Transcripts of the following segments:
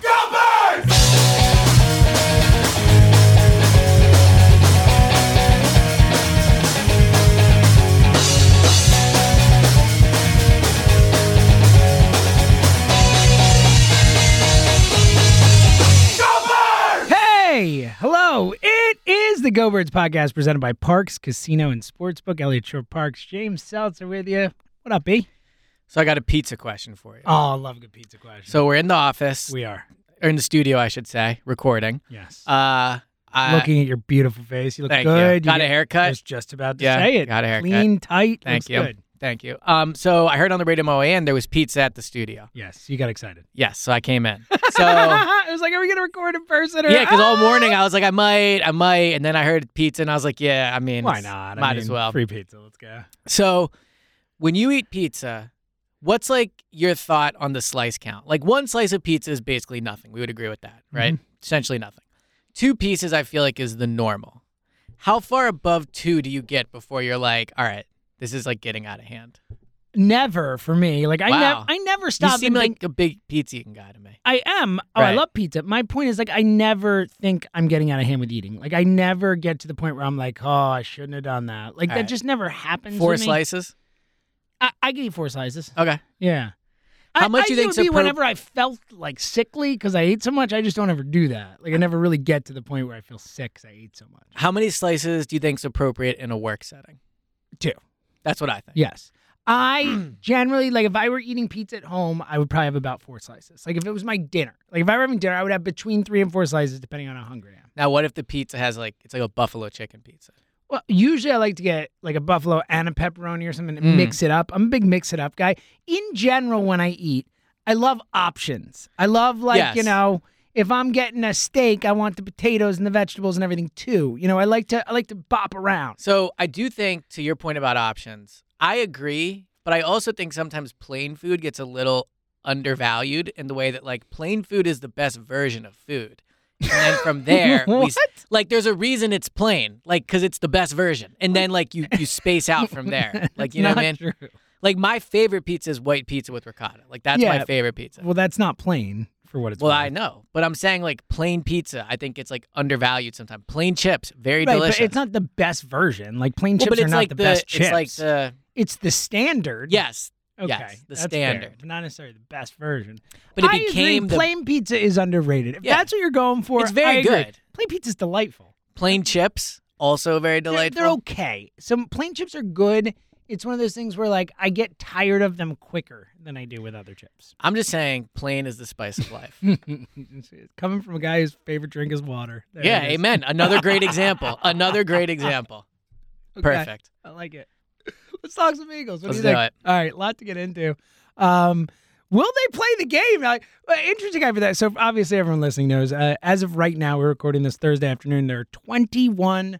Go Birds! Hey, hello. It is the Go Birds podcast presented by Parks Casino and Sportsbook. Elliot Shore Parks, James Seltzer with you. What up, B? So I got a pizza question for you. Oh, I love a good pizza question. So we're in the office, we are. or in the studio, I should say, recording. Yes. Uh, I, Looking at your beautiful face, you look thank good. you. Got get- a haircut. I was just about to Yeah, say it. got a haircut. Clean, tight. Thank looks you. Good. Thank you. Um, so I heard on the radio and there was pizza at the studio. Yes, you got excited. Yes, so I came in. So yeah, it was like, are we gonna record in person? Or because all Ah! morning I was like, I might, I might, and then I heard pizza, and I was like, yeah, I mean, Why it's- not? I Might mean, as well. Free pizza. Let's go. So when you eat pizza, what's like your thought on the slice count? Like one slice of pizza is basically nothing. We would agree with that, right? Mm-hmm. Essentially nothing. Two pieces I feel like is the normal. How far above two do you get before you're like, all right, this is like getting out of hand? Never for me. Like I, Wow. nev- I never You stop. seem and like think- a big pizza eating guy to me. I am. Oh, I Right. love pizza. My point is like I never think I'm getting out of hand with eating. Like I never get to the point where I'm like, oh, I shouldn't have done that. Like All that right. just never happens. Four with me. slices. I, I could eat four slices. Okay. Yeah. How I, much I you think think's it would be appro- whenever I felt like sickly because I ate so much. I just don't ever do that. Like I never really get to the point where I feel sick 'cause I ate so much. How many slices do you think's appropriate in a work setting? Two. That's what I think. Yes. I generally like if I were eating pizza at home, I would probably have about four slices. Like if it was my dinner, like if I were having dinner, I would have between three and four slices depending on how hungry I am. Now, what if the pizza has like it's like a buffalo chicken pizza? Well, usually I like to get like a buffalo and a pepperoni or something and Mm. mix it up. I'm a big mix it up guy. In general, when I eat, I love options. I love like, you Yes. know, if I'm getting a steak, I want the potatoes and the vegetables and everything too. You know, I like to I like to bop around. So I do think, to your point about options, I agree, but I also think sometimes plain food gets a little undervalued in the way that like plain food is the best version of food. And then from there, we, s- What? like there's a reason it's plain, like because it's the best version. And then like you you space out from there, like It's you know what I mean. not true. Like my favorite pizza is white pizza with ricotta. Like that's Yeah, my favorite pizza. Well, that's not plain for what it's Well, worth. I know, but I'm saying like plain pizza. I think it's like undervalued sometimes. Plain chips, very Right, delicious. but it's not the best version. Like plain Well, chips but are it's not like the, best it's chips. like the It's the standard. yes, Okay. yes, the that's fair, standard. but not necessarily the best version. But it I became agree, the plain pizza is underrated. If Yeah. that's what you're going for, It's very I agree. good. Plain pizza's delightful. plain chips, also very They're- delightful. They're, okay. Some plain chips are good. It's one of those things where like I get tired of them quicker than I do with other chips. I'm just saying, plain is the spice of life. Coming from a guy whose favorite drink is water. There yeah, it is. amen. Another great example. Another great example. Okay. Perfect. I like it. Let's talk some Eagles. What Let's do you do think? it. All right, lot to get into. Um, will they play the game? Like, uh, interesting guy for that. So obviously, everyone listening knows. Uh, as of right now, we're recording this Thursday afternoon. There are 21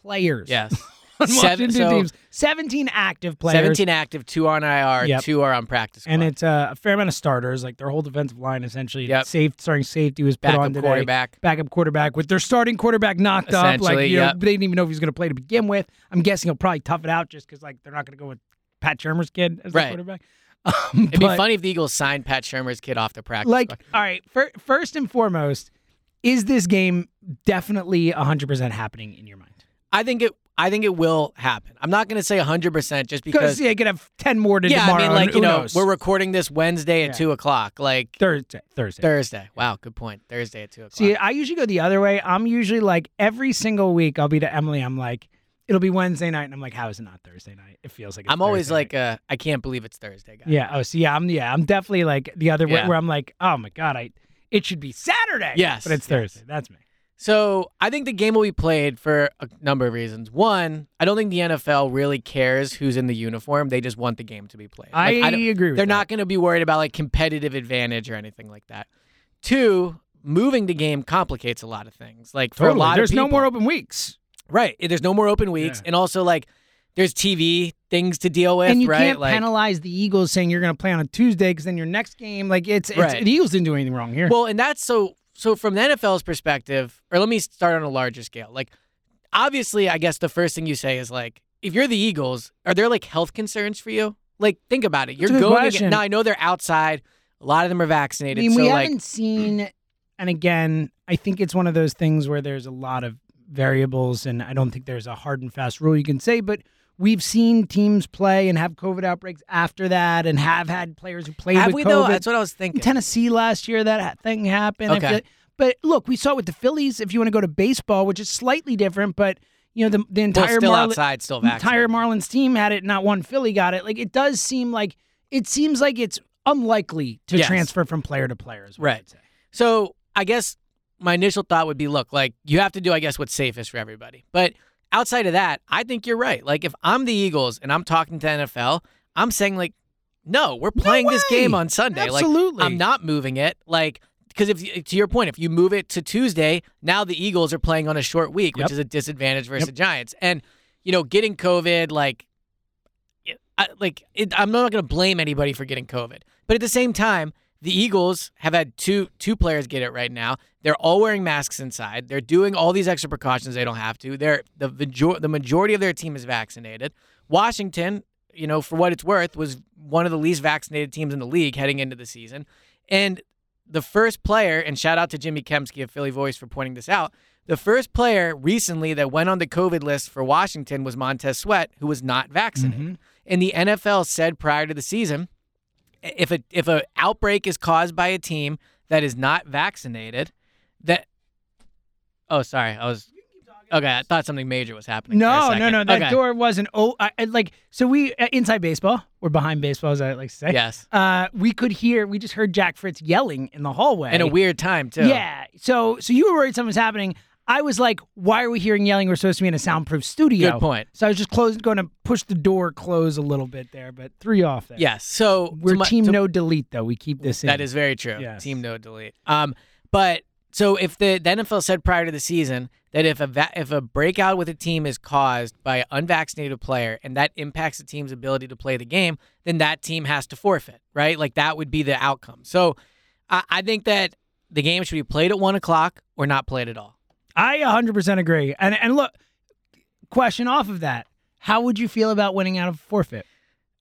players. Yes. on Seven- Washington so teams. 17 active players. 17 active, two on IR, Yep. two are on practice. And squad. it's uh, a fair amount of starters. Like their whole defensive line, essentially. Yep. Safe starting safety was put on backup today. quarterback. Backup quarterback with their starting quarterback knocked up. Like Essentially, you know, yep. they didn't even know if he was going to play to begin with. I'm guessing he'll probably tough it out just because like they're not going to go with Pat Shermer's kid as the Right. quarterback. Um, It'd but, be funny if the Eagles signed Pat Shermer's kid off the practice. Like, squad. all right, fir- first and foremost, is this game definitely 100% happening in your mind? I think it. I think it will happen. I'm not going to say 100% Because just because. yeah, you could have ten more to yeah, I tomorrow. mean, and like, who you know, knows? we're recording this Wednesday at Yeah. 2 o'clock. Like, Thursday. Thursday. Thursday. Wow, good point. Thursday at 2 o'clock. See, I usually go the other way. I'm usually like every single week I'll be to Emily. I'm like, it'll be Wednesday night, and I'm like, how is it not Thursday night? It feels like it's I'm always Thursday like, night. uh, I can't believe it's Thursday, guys. yeah. Oh, so yeah, I'm yeah, I'm definitely like the other way Yeah. where I'm like, oh my god, I it should be Saturday. Yes, but it's yes. Thursday. That's me. So I think the game will be played for a number of reasons. One, I don't think the NFL really cares who's in the uniform. They just want the game to be played. Like, I, don't- agree with they're that. not going to be worried about like competitive advantage or anything like that. Two, moving the game complicates a lot of things. Like for totally. a lot There's of people, no more open weeks, right? There's no more open weeks, Yeah. and also like there's TV things to deal with, and you right? can't like, penalize the Eagles saying you're going to play on a Tuesday because then your next game, like it's, it's Right. the Eagles didn't do anything wrong here. Well, and that's so so from the NFL's perspective, or let me start on a larger scale. Like obviously, I guess the first thing you say is like if you're the Eagles, are there like health concerns for you? Like think about it. You're a good going again- question. now I know they're outside. A lot of them are I vaccinated. mean, so we like haven't seen, and again, I think it's one of those things where there's a lot of variables, and I don't think there's a hard and fast rule you can say, but we've seen teams play and have COVID outbreaks after that, and have had players who played have with we COVID. though? That's what I was In thinking. Tennessee last year, that ha- thing happened. I Okay. feel- but look, we saw it with the Phillies. If you want to go to baseball, which is slightly different, but you know the the Well, entire still Marlin- outside, still the vaccinated. entire Marlins team had it, not one Philly got it. Like it does seem like it seems like it's unlikely to Yes. transfer from player to player. Is what Right. I'd say. So I guess my initial thought would be, look, like you have to do, I guess, what's safest for everybody. But outside of that, I think you're right. Like if I'm the Eagles and I'm talking to NFL, I'm saying like, no, we're playing this way! game on Sunday. Absolutely. Like I'm not moving it. Like because if to your point, if you move it to Tuesday, now the Eagles are playing on a short week, which Yep. is a disadvantage versus the Giants. And you know, getting COVID, like I, like it, I'm not going to blame anybody for getting COVID, but at the same time, the Eagles have had two two players get it right now. They're all wearing masks inside. They're doing all these extra precautions they don't have to. They're the major, the majority of their team is vaccinated. Washington, you know, for what it's worth, was one of the least vaccinated teams in the league heading into the season, and the first player, and shout out to Jimmy Kemsky of Philly Voice for pointing this out. The first player recently that went on the COVID list for Washington was Montez Sweat, who was not vaccinated. Mm-hmm. And the NFL said prior to the season, if a if a outbreak is caused by a team that is not vaccinated, that oh sorry, I was okay. I thought something major was happening. for a No, no, second. no. That Okay. door wasn't. Oh, I, I- like so. We uh, inside baseball. We're behind baseball, as I like to say. Yes, Uh, we could hear. We just heard Jack Fritz yelling in the hallway. and a weird time too. Yeah. So so you were worried something was happening. I was like, why are we hearing yelling? We're supposed to be in a soundproof studio. Good point. So I was just closed, going to push the door close a little bit there, but three off there. Yes. So We're to my- team to- no delete though. We keep this in. That is very true. Yes. Team no delete. Um, but so if the, the NFL said prior to the season that if a va- if a breakout with a team is caused by an unvaccinated player and that impacts the team's ability to play the game, then that team has to forfeit, right? Like that would be the outcome. So I, I think that the game should be played at one o'clock or not played at all. I 100% agree. And and look, question off of that. How would you feel about winning out of forfeit?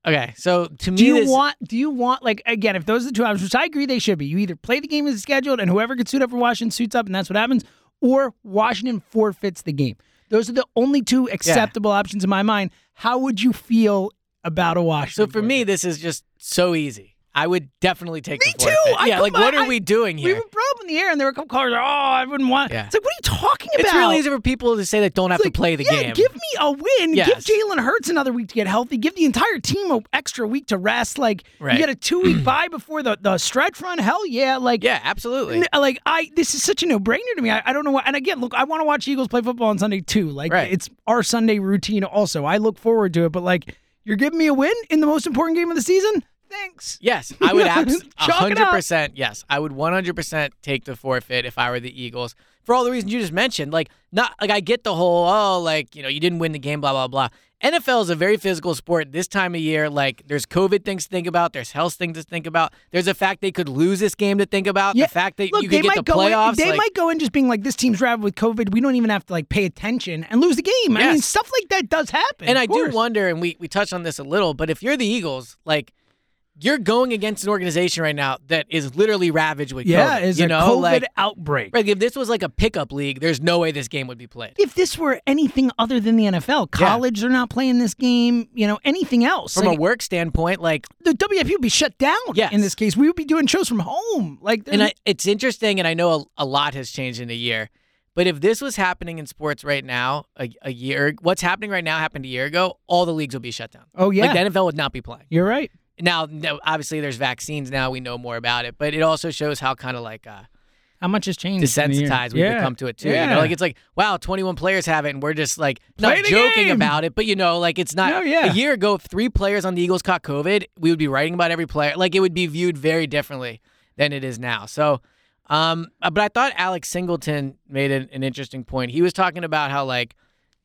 Okay, so to me, Do you this, want? Do you want like again? If those are the two options, which I agree they should be, you either play the game as scheduled, and whoever gets suited up for Washington suits up, and that's what happens, or Washington forfeits the game. Those are the only two acceptable options in my mind. How would you feel about a so Washington? for me, this is just so easy. I would definitely take Me the too! forfeit. I yeah, like come- what are I- we doing forfeit? we here? were brought up in the air, and there were a couple callers. Oh, I wouldn't want. Yeah. It's like, what are you talking about? It's really easy for people to say that don't have It's to play the yeah, game. Give me a win. Yes. Give Jalen Hurts another week to get healthy. Give the entire team an extra week to rest. Like Right. you get a two week bye before the, the stretch run. Hell yeah! Like Yeah, absolutely. N- like I, this is such a no-brainer to me. I, I don't know why. And again, look, I want to watch Eagles play football on Sunday too. Like Right. it's our Sunday routine. Also, I look forward to it. But like, you're giving me a win in the most important game of the season. Thanks. Yes, I would absolutely Chalk it hundred percent. Yes, I would one hundred percent take the forfeit if I were the Eagles for all the reasons you just mentioned. Like not like I get the whole oh like you know you didn't win the game blah blah blah. NFL is a very physical sport this time of year. Like there's COVID things to think about. There's health things to think about. There's the fact they could lose this game to think about. Yeah, The fact that Look, you they could get the might go. playoffs. In, they like, might go in just being like, this team's ravaged with COVID. We don't even have to like pay attention and lose the game. I mean, Yes. stuff like that does happen. and of I course. do wonder, and we we touched on this a little, but if you're the Eagles, like you're going against an organization right now that is literally ravaged with Yeah, COVID. it's you a know, COVID like, outbreak. like, if this was like a pickup league, there's no way this game would be played. If this were anything other than the NFL, college, they're not playing this game. You know, anything else? From like, a work standpoint, like the WFP would be shut down. Yes. In this case, we would be doing shows from home. Like, and I, it's interesting, and I know a, a lot has changed in a year, but if this was happening in sports right now, a, a year, what's happening right now happened a year ago, all the leagues would be shut down. oh yeah, Like the NFL would not be playing. you're right. Now, no, obviously, there's vaccines now. We know more about it, but it also shows how kind of like uh, How much has changed? in a year? desensitized we've yeah. become to it too. Yeah. You know, like it's like wow, 21 players have it, and we're just like not Play the joking game. about it, but you know, like it's not. No, yeah. A year ago, if three players on the Eagles caught COVID, we would be writing about every player. Like it would be viewed very differently than it is now. So, um, uh, but I thought Alex Singleton made an, an interesting point. He was talking about how like,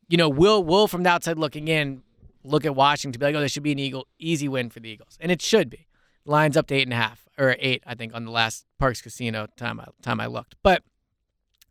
you know, Will Will from the outside looking in, look at Washington to be like, oh, this should be an Eagle easy win for the Eagles, and it should be. Lines up to eight and a half or eight, I think, on the last Parks Casino time I, time I looked, but.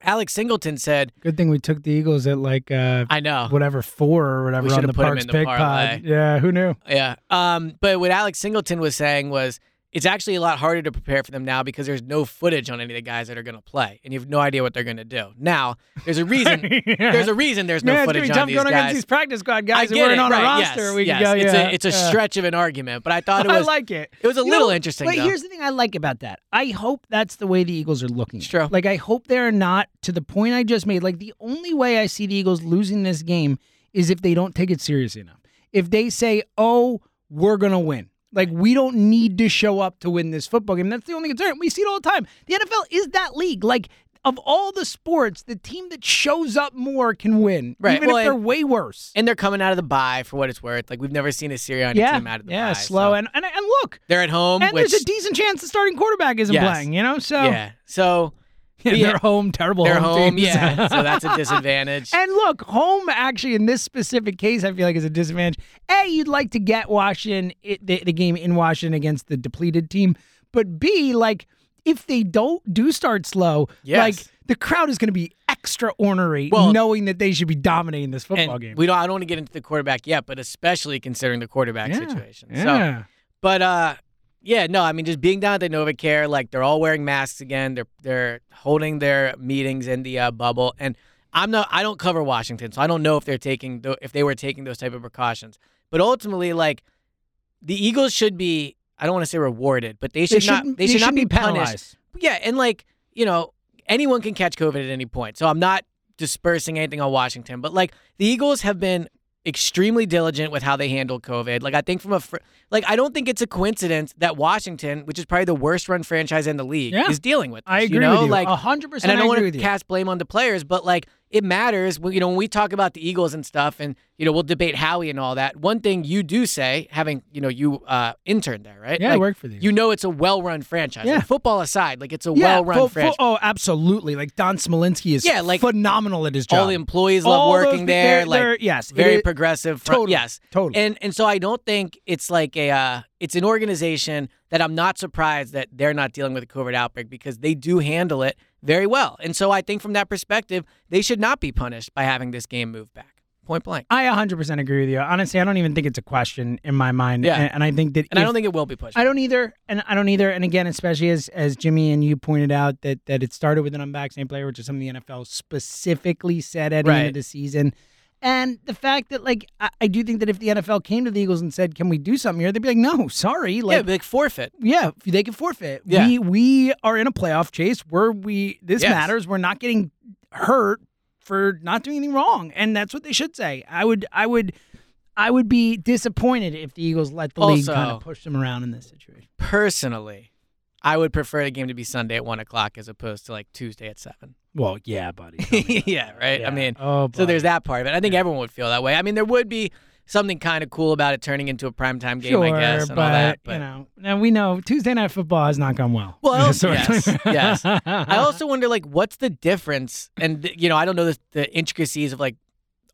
Alex Singleton said, Good thing we took the Eagles at like uh, "I know, whatever four or whatever We on should've the put 'em Parks in the Pig parlay. Pod. Yeah, who knew? yeah." Um, but what Alex Singleton was saying was, it's actually a lot harder to prepare for them now because there's no footage on any of the guys that are going to play, and you have no idea what they're going to do. Now, there's a reason. There's a reason there's no Man, footage it's on gonna be these tough going guys. against these practice squad I guys that get weren't it, on a right, roster. yes, we yes. could go, it's yeah, a it's a yeah. stretch of an argument, but I thought it I was like it. it was a You little know, interesting. But though. here's the thing I like about that. I hope that's the way the Eagles are looking. It's true. Like I hope they're not to the point I just made. Like the only way I see the Eagles losing this game is if they don't take it seriously enough. If they say, "Oh, we're gonna win." Like we don't need to show up to win this football game. That's the only concern. We see it all the time. The NFL is that league. Like of all the sports, the team that shows up more can win, Right. even Well, if they're and- way worse. and they're coming out of the bye for what it's worth. Like we've never seen a Sirianni yeah, team out of the yeah, bye. slow so. and, and and look, they're at home, and which there's a decent chance the starting quarterback isn't Yes. playing. You know, so yeah. So And Yeah. they're home, terrible they're home, home, teams. yeah. so that's a disadvantage. and look, home actually in this specific case, I feel like is a disadvantage. A, you'd like to get Washington it, the, the game in Washington against the depleted team, but B, like if they don't do start slow, Yes. like the crowd is going to be extra ornery, Well- knowing that they should be dominating this And football game. We don't. I don't want to get into the quarterback yet, but especially considering the quarterback Yeah, situation. So, yeah, but uh, yeah, no. I mean, just being down at the NovaCare, like they're all wearing masks again. They're they're holding their meetings in the uh, bubble, and I'm not. I don't cover Washington, so I don't know if they're taking tho- if they were taking those type of precautions. But ultimately, like the Eagles should be. I don't want to say rewarded, but they should not. shouldn't- They, should not shouldn't be punished penalized. yeah, and like, you know, anyone can catch COVID at any point. So I'm not dispersing anything on Washington, but like the Eagles have been extremely diligent with how they handle COVID. Like I think from a fr- like I don't think it's a coincidence that Washington, which is probably the worst run franchise in the league, Yeah. is dealing with. This, I agree you know? with you. Like hundred percent. and I don't agree want with to you. cast blame on the players, but like it matters. When, you know, when we talk about the Eagles and stuff, and you know, we'll debate Howie and all that. One thing you do say, having you know, you uh, interned there, right? Yeah, I Like, worked for the You know, it's a well-run franchise. Like, Yeah. football aside, like it's a Yeah, well-run fo- fo- franchise. oh, absolutely. Like Don Smolinski is Yeah, like, phenomenal at his job. all the employees love All those working pe- there. they're- like they're- yes, it very is- progressive. fr- totally, yes, totally. And and so I don't think it's like a uh, it's an organization that I'm not surprised that they're not dealing with a COVID outbreak because they do handle it very well. And so I think from that perspective, they should not be punished by having this game moved back. Point blank. I 100% agree with you. Honestly, I don't even think it's a question in my mind. Yeah. And, and I think that And I if- don't think it will be pushed. I don't either, and I don't either. And again, especially as as Jimmy and you pointed out that that it started with an unvaccinated player, which is something the NFL specifically said at the end Right. of the season. And the fact that like I, I do think that if the NFL came to the Eagles and said, "Can we do something here?" they'd be like, "No, sorry." yeah, Like but like forfeit. yeah, they can forfeit. Yeah. We we are in a playoff chase. We're we this Yes. matters. We're not getting hurt for not doing anything wrong. And that's what they should say. I would I would I would be disappointed if the Eagles let the league Also- kind of push them around in this situation. Personally, I would prefer the game to be Sunday at one o'clock as opposed to like Tuesday at seven. Well, yeah, buddy. yeah, right. I mean, oh, So there's buddy. that part of it. I think everyone would feel that way. I mean, there would be something kind of cool about it turning into a primetime game, Sure, I guess, and but, all that. But you know, now we know Tuesday night football has not gone well. well, So- yes, yes. I also wonder, like, what's the difference? And you know, I don't know the, the intricacies of like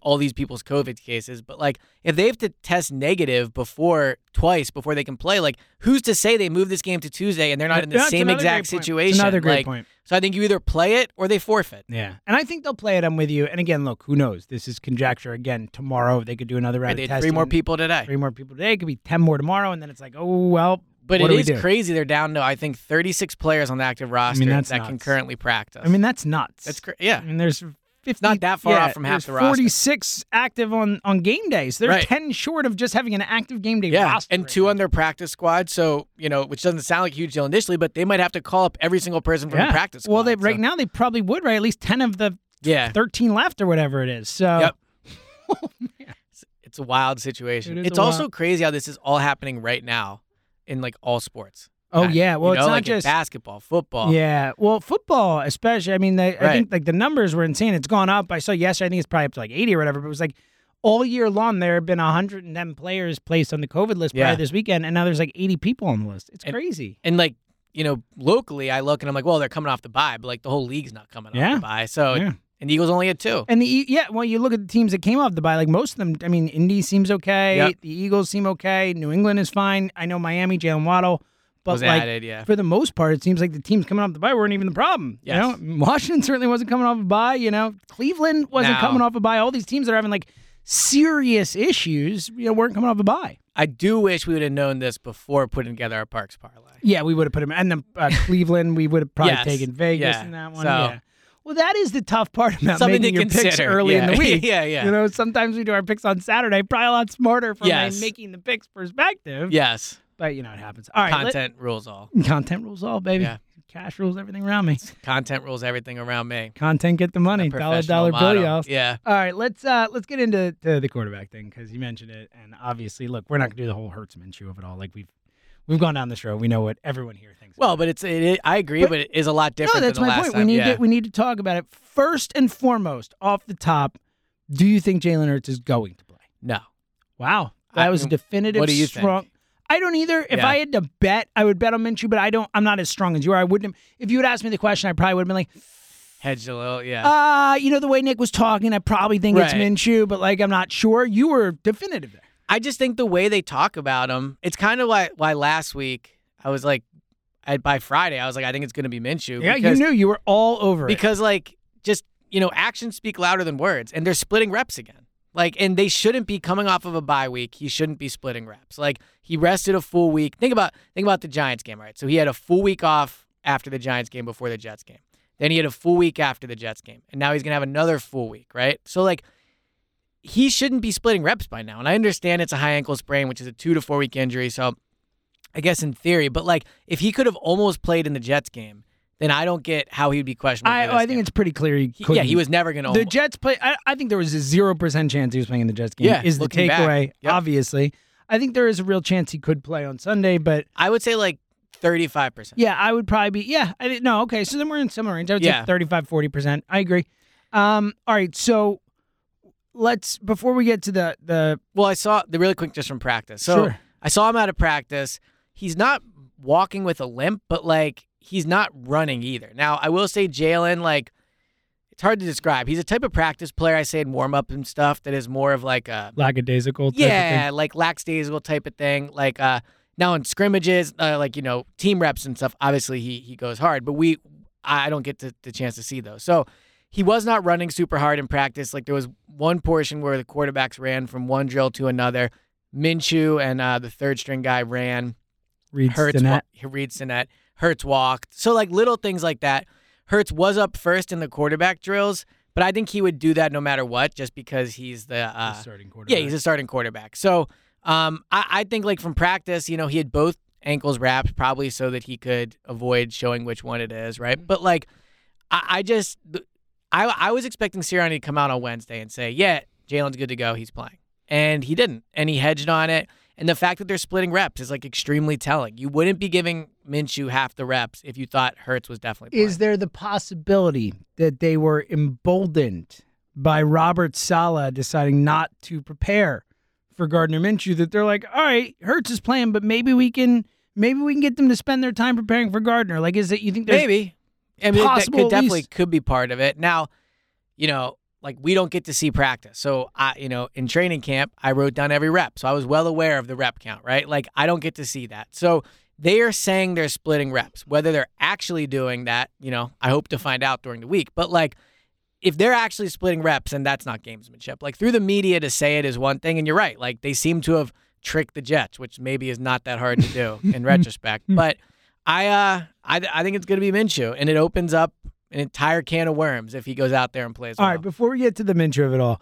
all these people's COVID cases, but like, if they have to test negative before twice before they can play, like, who's to say they move this game to Tuesday and they're not in the That's same another great exact point. It's situation? Another great Like, point. So I think you either play it or they forfeit. Yeah. And I think they'll play it. I'm with you. And again, look, who knows? This is conjecture. Again, tomorrow they could do another round They of had testing. three more people today. Three more people today. It could be 10 more tomorrow. And then it's like, oh, well, But What it do we is do? crazy. They're down to I think 36 players on the active roster that's that can nuts. currently practice. I mean, that's nuts. that's cra- yeah. I mean, there's 50, not that far yeah, off from there's half the roster. 46 active on, on game days. They're Right. 10 short of just having an active game day Yeah, roster. and right two now. on their practice squad. So you know, which doesn't sound like a huge deal initially, but they might have to call up every single person from the practice. Squad. Well, they right so- now they probably would, right? At least 10 of the Yeah, 13 left or whatever it is. So Yep. it's a wild situation. It is it's a also wild- crazy how this is all happening right now in like all sports. Oh Matt. yeah, You well it's know, not like in just basketball, football. Yeah, well, football especially. I mean, the, I Right. think like the numbers were insane. It's gone up. I saw yesterday. I think it's probably up to like eighty or whatever. But it was like all year long there have been hundred and ten players placed on the COVID list prior Yeah. to this weekend, and now there's like eighty people on the list. It's And- crazy. and like you know, locally, I look and I'm like, well, they're coming off the bye, but like the whole league's not coming off Yeah. the bye. So Yeah. and the Eagles only had two. And the E, yeah, well, you look at the teams that came off the bye. Like most of them, I mean, Indy seems okay. Yep. The Eagles seem okay. New England is fine. I know Miami, Jalen Waddle, but was like added, yeah. for the most part, it seems like the teams coming off the bye weren't even the problem. Yes. You know, Washington certainly wasn't coming off a bye. You know, Cleveland wasn't No. coming off a bye. All these teams that are having like serious issues, you know, weren't coming off a bye. I do wish we would have known this before putting together our parks parlay. Yeah, we would have put him. And then uh, Cleveland, we would have probably Yes. taken Vegas Yeah. in that one. So- Yeah. Well, that is the tough part about Something making to your picks consider. early in Yeah. the week. Yeah, yeah. You know, sometimes we do our picks on Saturday, probably a lot smarter from Yes. a making the picks perspective. Yes, But you know, it happens. All right. let- content rules all. content rules all, baby. Yeah. Cash rules everything around me. Content rules everything around me. Content get the money. Dollar Professional dollar motto. bill, y'all. Yeah, All right, let's uh let's get into to the quarterback thing because you mentioned it, and obviously, look, we're not gonna do the whole Hertzman shoe of it all. Like we've we've gone down this road. We know what everyone here thinks. Well, about but it's it, I agree, But- but, it is a lot it. different. no, that's than the my last point. Time. we need yeah. to we need to talk about it first and foremost. Off the top, do you think Jalen Hurts is going to play? No, Wow, that I- was a definitive. what do you think? strong. I don't either. If Yeah. I had to bet, I would bet on Minshew, but I don't. I'm not as strong as you are. I wouldn't. have- If you had asked me the question, I probably would have been like, hedge a little. Yeah, uh, you know, the way Nick was talking, I probably think it's Right. Minshew, but like, I'm not sure. You were definitive there. I just think the way they talk about him, it's kind of why why last week I was like, I, by Friday I was like, I think it's going to be Minshew. Yeah, because, you knew you were all over it. because like just you know actions speak louder than words, and they're splitting reps again. Like, and they shouldn't be coming off of a bye week. He shouldn't be splitting reps. Like he rested a full week. Think about think about the Giants game, right? So he had a full week off after the Giants game before the Jets game. Then he had a full week after the Jets game, and now he's gonna have another full week, right? So like he shouldn't be splitting reps by now. And I understand it's a high ankle sprain, which is a two to four week injury. So I guess in theory, but like if he could have almost played in the Jets game, then I don't get how he'd be questionable. I, oh, for this I think game. it's pretty clear. He He- yeah, couldn't. he was never gonna. The almo- Jets play. I, I think there was a zero percent chance he was playing in the Jets game. Yeah, is the looking back. takeaway Yep. obviously? I think there is a real chance he could play on Sunday, but I would say like thirty five percent. yeah, I would probably be. Yeah, I didn't. No, okay. So then we're in similar range. I would Yeah. say 35, 40 percent. I agree. Um. All right. So let's before we get to the the Well, I saw the really quick just from practice. So Sure. I saw him out of practice. He's not walking with a limp, but like he's not running either. Now I will say Jalen, like it's hard to describe. He's a type of practice player I say in warm up and stuff that is more of like a lackadaisical. Type yeah, like lackadaisical type of thing. Like uh now in scrimmages, uh, like you know team reps and stuff. Obviously he he goes hard, but we I don't get to, the chance to see those. So he was not running super hard in practice. Like there was one portion where the quarterbacks ran from one drill to another. Minshew and uh, the third string guy ran. Thing. Reed Hurts Stinnett. wa- he reads Sinet. Hurts walked. So like little things like that. Hurts was up first in the quarterback drills, but I think he would do that no matter what, just because he's the uh, starting yeah, he's a starting quarterback. So um, I, I think like from practice, you know, he had both ankles wrapped probably so that he could avoid showing which one it is, right? But like, I, I just I I was expecting Sirianni to come out on Wednesday and say, yeah, Jalen's good to go, he's playing, and he didn't, and he hedged on it. And the fact that they're splitting reps is like extremely telling. You wouldn't be giving Minshew half the reps if you thought Hertz was definitely playing. Is there the possibility that they were emboldened by Robert Sala deciding not to prepare for Gardner Minshew? That they're like, all right, Hertz is playing, but maybe we can maybe we can get them to spend their time preparing for Gardner. Like, is it you think there's Maybe. I mean, possible at that could definitely least- could be part of it. Now, you know, like we don't get to see practice. So I, you know, in training camp, I wrote down every rep. So I was well aware of the rep count, right? Like I don't get to see that. So they are saying they're splitting reps. Whether they're actually doing that, you know, I hope to find out during the week. But like if they're actually splitting reps and that's not gamesmanship, like through the media to say it is one thing, and you're right, like they seem to have trick the Jets, which maybe is not that hard to do in retrospect. But I, uh, I, I think it's going to be Minshew, and it opens up an entire can of worms if he goes out there and plays. All well. right, before we get to the Minshew of it all,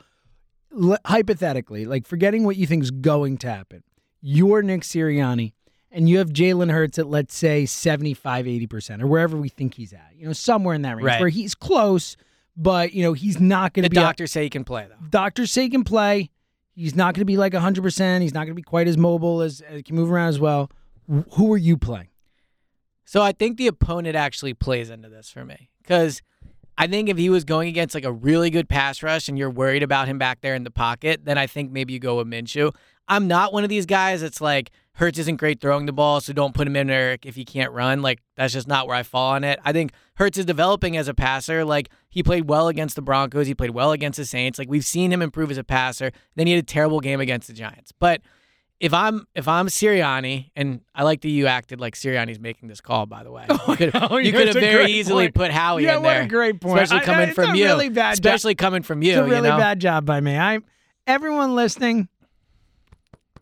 l- hypothetically, like forgetting what you think is going to happen, you're Nick Sirianni, and you have Jalen Hurts at, let's say, 75, 80%, or wherever we think he's at, you know, somewhere in that range Right. where he's close, but, you know, he's not going the to be. doctors say he can play though. doctors say he can play. He's not going to be like 100%. He's not going to be quite as mobile as, as can move around as well. Wh- Who are you playing? So I think the opponent actually plays into this for me because I think if he was going against like a really good pass rush and you're worried about him back there in the pocket, then I think maybe you go with Minshew. I'm not one of these guys that's like Hertz isn't great throwing the ball, so don't put him in there if he can't run. Like that's just not where I fall on it. I think Hertz is developing as a passer. Like he played well against the Broncos, he played well against the Saints. Like we've seen him improve as a passer. Then he had a terrible game against the Giants, but if I'm if I'm Sirianni, and I like that you acted like Sirianni's making this call, by the way. Oh, you could, you could have that's a very great easily point. put Howie Yeah, in what a there. great point. Especially I- coming it's from a you. really bad job. especially coming from you. it's a really you know? bad job by me. I, everyone listening,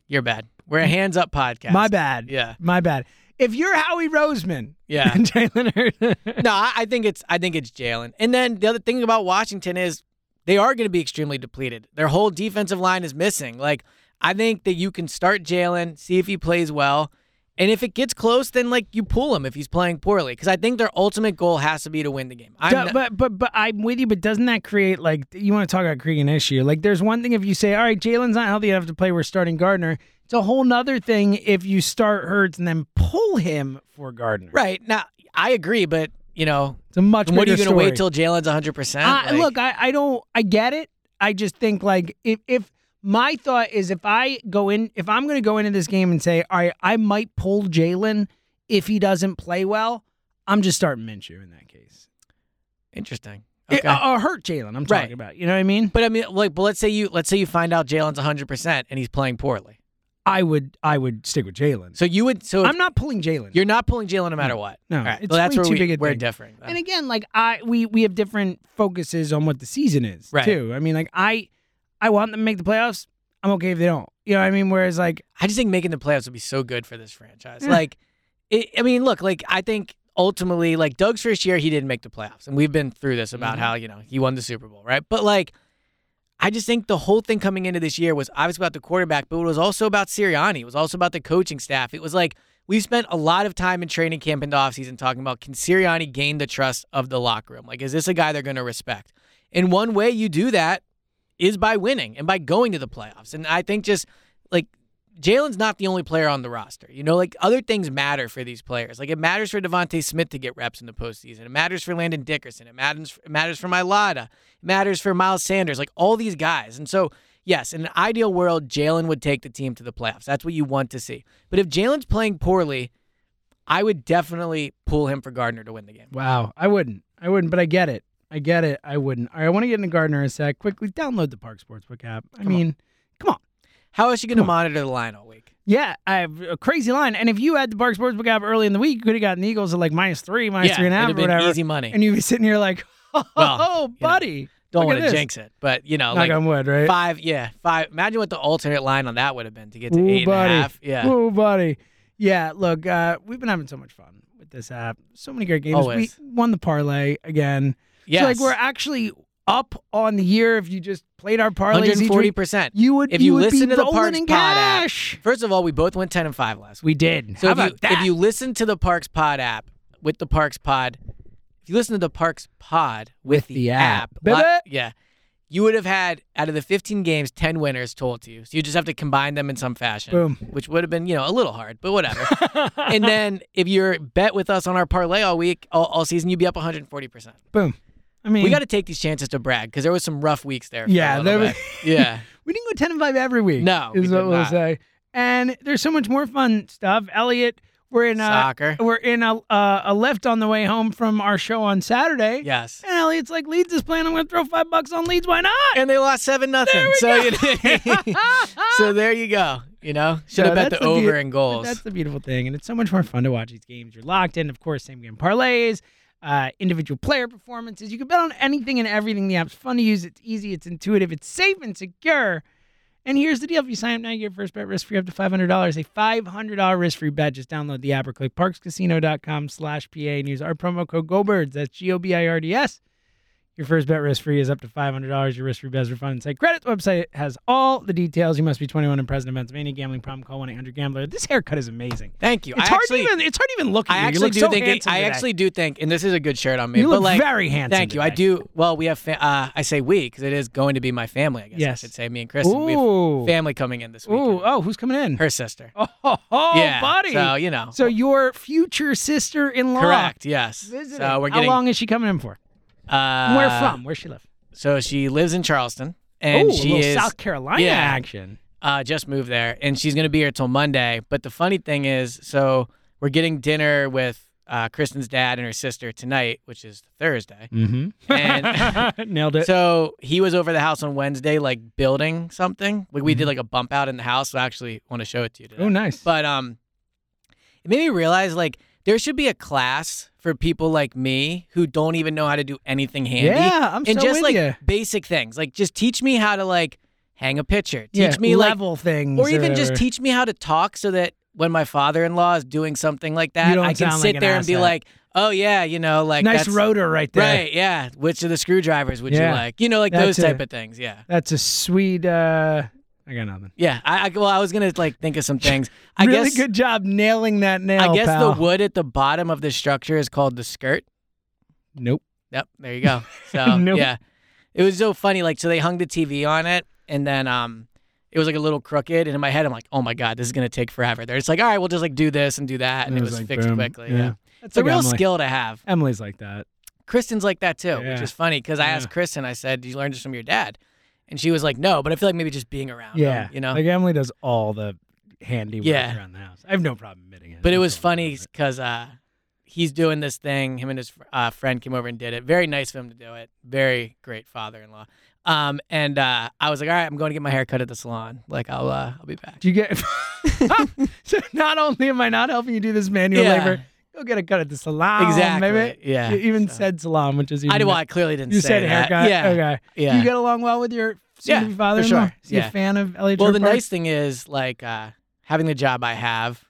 You're bad. We're a hands up podcast. My bad. Yeah. My bad. If you're Howie Roseman, Yeah. Jalen Hurts. No, I, I think it's I think it's Jalen. And then the other thing about Washington is they are going to be extremely depleted. Their whole defensive line is missing. Like I think that you can start Jalen, see if he plays well, and if it gets close, then like you pull him if he's playing poorly. Because I think their ultimate goal has to be to win the game. I'm Duh, not- but but but I'm with you. But doesn't that create like you want to talk about creating an issue? Like there's one thing if you say, all right, Jalen's not healthy enough to play. We're starting Gardner. It's a whole nother thing if you start Hurts and then pull him for Gardner. Right. Now, I agree, but, you know, It's a much. what are you bigger going to wait story. till Jalen's 100%? I, Like, look, uh, I, I don't. I get it. I just think like if if my thought is if I go in, if I'm going to go into this game and say, all right, I might pull Jalen if he doesn't play well. I'm just starting Minshew in that case. Interesting. It- Okay. uh, uh, hurt Jalen. I'm talking Right. about. You know what I mean? but I mean, like, but let's say you let's say you find out Jalen's 100% and he's playing poorly. I would. I would stick with Jalen. So you would so if I'm not pulling Jalen. you're not pulling Jalen no matter what. No, All right. it's well, that's way where too we, big a we're thing. different. then. And again, like I we we have different focuses on what the season is Right. too. I mean, like I I want them to make the playoffs. I'm okay if they don't. You know what I mean? Whereas like I just think making the playoffs would be so good for this franchise. Yeah. Like, it, I mean, look, like I think ultimately, like Doug's first year, he didn't make the playoffs, and we've been through this Mm-hmm. about how you know he won the Super Bowl, right? But like, I just think the whole thing coming into this year was obviously about the quarterback, but it was also about Sirianni. It was also about the coaching staff. It was like we spent a lot of time in training camp and the offseason talking about can Sirianni gain the trust of the locker room? Like, is this a guy they're going to respect? And one way you do that is by winning and by going to the playoffs. And I think just like Jalen's not the only player on the roster. You know, like other things matter for these players. Like it matters for Devonte Smith to get reps in the postseason. It matters for Landon Dickerson. It matters. It matters for Milata. It matters for Miles Sanders. Like all these guys. And so, yes, in an ideal world, Jalen would take the team to the playoffs. That's what you want to see. But if Jalen's playing poorly, I would definitely pull him for Gardner to win the game. Wow, I wouldn't. I wouldn't, but I get it. I get it. I wouldn't. All right, I want to get into Gardner in a sec. Quickly download the Park Sportsbook app. I mean, come on. How is she going to monitor the line all week? Yeah, I have a crazy line. And if you had the Park Sportsbook app early in the week, you could have gotten the Eagles at like minus three, minus three and a half, it'd have or been whatever. easy money. And you'd be sitting here like, oh, Well, you know, buddy. Don't want look at to this. jinx it, but you know, Knock like on wood, right? Five, yeah, five. Imagine what the alternate line on that would have been to get to Ooh, eight and a half. buddy. Yeah. Ooh, buddy. Yeah, look, uh, we've been having so much fun with this app. So many great games. Always. We won the parlay again. Yes. So like we're actually up on the year if you just played our parlays each week. 140%. You would if you, would listen be to the rolling Parks in Pod app. cash. First of all, we both went 10 and 5 last We week. did. So How if you about that? if you listen to the Parks Pod app with the Parks Pod, if you listen to the Parks Pod With with, the app, lot- baby. yeah. You would have had out of the 15 games, 10 winners told to you. So you just have to combine them in some fashion, Boom. which would have been, you know, a little hard, but whatever. and then if you're bet with us on our parlay all week, all, all season, you'd be up 140%. boom. I mean, We got to take these chances to brag because there was some rough weeks there. for a Yeah, little there was- bit. yeah. we didn't go ten and five every week. No, is we what did we'll not. say. And there's so much more fun stuff. Elliot, we're in a Soccer. we're in a uh, a lift on the way home from our show on Saturday. Yes. And Elliot's like, Leeds is playing. I'm going to throw five bucks on Leeds. Why not? And they lost seven nothing. So you so there you go. You know, should have No, bet that's the the over beau- in But goals. that's the beautiful thing, and it's so much more fun to watch these games. You're locked in, of course, same game parlays, uh, individual player performances. You can bet on anything and everything. The app's fun to use. It's easy. It's intuitive. It's safe and secure. And here's the deal: if you sign up now, you get your first bet risk-free up to five hundred dollars. A five hundred dollar risk-free bet. Just download the app or click parkscasino.com/slash pa and use our promo code GoBirds. That's G-O-B-I-R-D-S. Your first bet risk-free is up to five hundred dollars. Your risk-free bets refund site credit The website has all the details. You must be twenty-one and present in Pennsylvania. Gambling problem? Call one eight hundred Gambler. This haircut is amazing. Thank you. It's I hard actually, to even. It's hard to even look at I you. actually you look do so think. It, handsome I today. actually do think, and this is a good shirt on me. You but look like, very handsome Thank you. I today. do. Well, we have. Fa- uh, I say we because it is going to be my family. I guess Yes. I should say me and Kristen. We Ooh. have family coming in this weekend. Ooh, oh, who's coming in? Her sister. Oh, ho, ho, yeah, buddy. So you know. So your future sister-in-law. correct. Yes. Visited. So we're Oh. How getting. long is she coming in for? Uh, Where from? Where's she live? So she lives in Charleston, and Ooh, a she little is South Carolina yeah. action. uh, just moved there, and she's gonna be here till Monday. But the funny thing is, so we're getting dinner with uh, Kristen's dad and her sister tonight, which is Thursday. Mm-hmm. And Nailed it. so he was over the house on Wednesday, like building something. Like we did like a bump out in the house. So I actually want to show it to you today. oh, Mm-hmm. nice. But um, it made me realize like there should be a class for people like me who don't even know how to do anything handy. Yeah, I'm and so just with like ya. basic things. Like just teach me how to like hang a picture. Teach yeah, me like level things, or even just whatever. teach me how to talk so that when my father-in-law is doing something like that, don't I can sound sit like an there and be asshole. like, "Oh yeah, you know, like nice that's, rotor right there. right? Yeah, which of the screwdrivers would Yeah. you like? You know, like That those too. type of things. Yeah, That's a sweet. uh I got nothing. yeah. I, I well, I was gonna like think of some things. I really guess good job nailing that nail. I guess pal. the wood at the bottom of the structure is called the skirt. Nope. Yep, there you go. So Nope. yeah, it was so funny. Like so, they hung the TV on it, and then um, it was like a little crooked. And in my head, I'm like, oh my god, this is gonna take forever. They're just like, all right, we'll just like do this and do that, and, it was, like, fixed boom. quickly. Yeah, That's it's a real Emily. skill to have. Emily's like that. Kristen's like that too, which Yeah. is funny because I asked Yeah. Kristen, I said, did you learn this from your dad? And she was like, no, but I feel like maybe just being around. him, Yeah, you know. like Emily does all the handy work Yeah. around the house. I have no problem admitting it. But it That's was all. funny because uh, he's doing this thing. Him and his uh, friend came over and did it. Very nice of him to do it. Very great father-in-law. Um, and uh, I was like, all right, I'm going to get my hair cut at the salon. Like, I'll uh, I'll be back. Do you get? so not only am I not helping you do this manual Yeah. labor, go get a cut at the salon. Exactly, Maybe. yeah, You even so. said salon, which is even I did. Well, I clearly didn't you say said that. haircut. Yeah. Okay. Yeah. You get along well with your Yeah, soon-to-be for father-in-law. sure. Is he Yeah. a fan of LA Well, Trailer the Park? nice thing is like uh, having the job I have.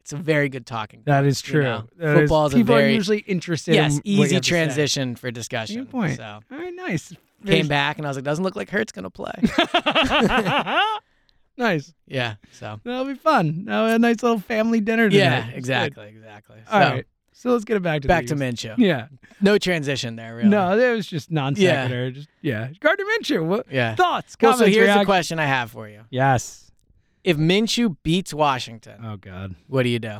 It's a very good talking. point, That is you true. know? That is- Football's a people very are usually interested. in yes, what you easy have to say. transition for Good discussion. point. So All right, nice. came back and I was like, doesn't look like Hurt's gonna play. back. nice. yeah. So That'll be fun. Now a nice little family dinner. Tonight. yeah, It's good. exactly, exactly. So All right. So let's get it back to back the to Eagles. Minshew. Yeah. No transition there, really. No, that was just non Yeah. sequitur. Just yeah. Gardner Minshew. What Yeah. thoughts? Well, Comments? so here's the react- question I have for you. Yes. If Minshew beats Washington, Oh God. what do you do?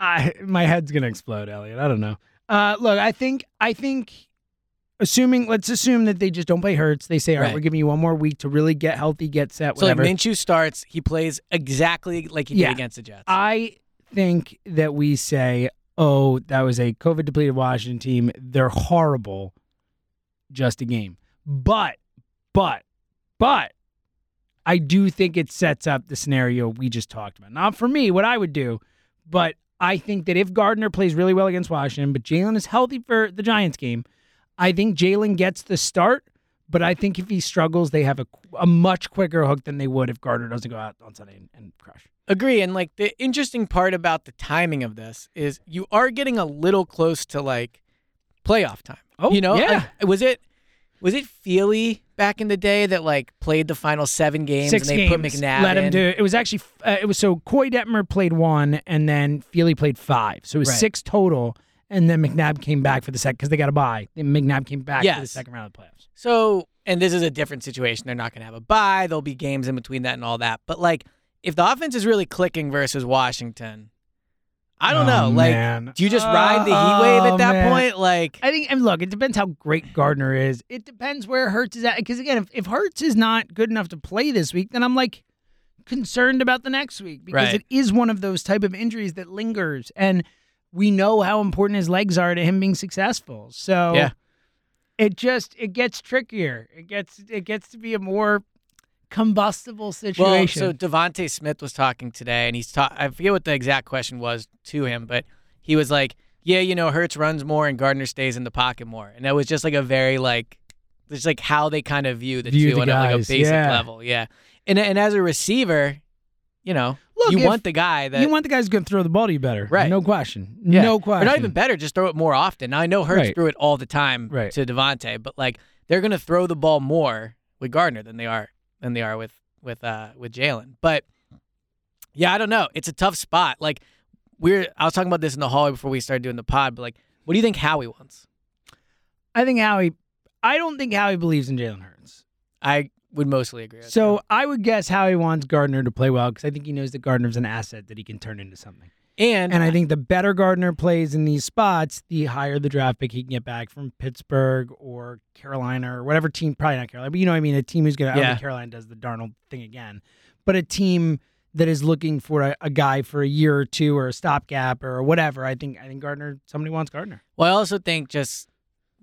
I my head's gonna explode, Elliot. I don't know. Uh, look, I think I think assuming let's assume that they just don't play Hurts. They say, all right, Right. we're giving you one more week to really get healthy, get set, So like whatever. Minshew starts, he plays exactly like he Yeah. did against the Jets. I think that we say, oh, that was a COVID depleted Washington team. They're horrible. Just a game. But, but, but, I do think it sets up the scenario we just talked about. Not for me, what I would do, but I think that if Gardner plays really well against Washington, but Jalen is healthy for the Giants game, I think Jalen gets the start. But I think if he struggles, they have a, a much quicker hook than they would if Gardner doesn't go out on Sunday and, and crush. Agree. And like the interesting part about the timing of this is you are getting a little close to like playoff time. Oh, you know, yeah. Like, was it was it Feely back in the day that like played the final seven games six and they games. put McNabb let him in? do. It was actually uh, it was so Coy Detmer played one, and then Feely played five, so it was Right. six total. And then McNabb came back for the second because they got a bye. Then McNabb came back for the Yes. second round of the playoffs. So, and this is a different situation. They're not going to have a bye. There'll be games in between that and all that. But like, if the offense is really clicking versus Washington, I don't Oh, know. Like, man. do you just ride the heat Oh, wave at that man. point? Like, I think, and look, it depends how great Gardner is. It depends where Hertz is at. Because again, if, if Hertz is not good enough to play this week, then I'm like concerned about the next week because Right. it is one of those type of injuries that lingers, and we know how important his legs are to him being successful. So Yeah. it just it gets trickier. It gets it gets to be a more combustible well, situation. so Devonte Smith was talking today, and he's ta- I forget what the exact question was to him, but he was like, "Yeah, you know, Hertz runs more and Gardner stays in the pocket more," and that was just like a very like It's like how they kind of view the View two the on a, like a guys, basic yeah. level. Yeah. And and as a receiver, you know, Look, you if want the guy that you want the guys who can throw the ball to you better. Right. No question. yeah. No Or question. not even better, just throw it more often. Now I know Hurts Right. threw it all the time Right. to Devontae, but like they're gonna throw the ball more with Gardner than they are than they are with with uh with Jalen. But yeah, I don't know. It's a tough spot. Like we're I was talking about this in the hallway before we started doing the pod, but like what do you think Howie wants? I think Howie. I don't think Howie believes in Jalen Hurts. I would mostly agree with So I would guess Howie wants Gardner to play well because I think he knows that Gardner's an asset that he can turn into something. that. and, And I think the better Gardner plays in these spots, the higher the draft pick he can get back from Pittsburgh or Carolina or whatever team. Probably not Carolina, but you know what I mean. A team who's going to. I don't Yeah. think Carolina does the Darnold thing again, but a team that is looking for a, a guy for a year or two or a stopgap or whatever. I think I think Gardner. Somebody wants Gardner. well, I also think just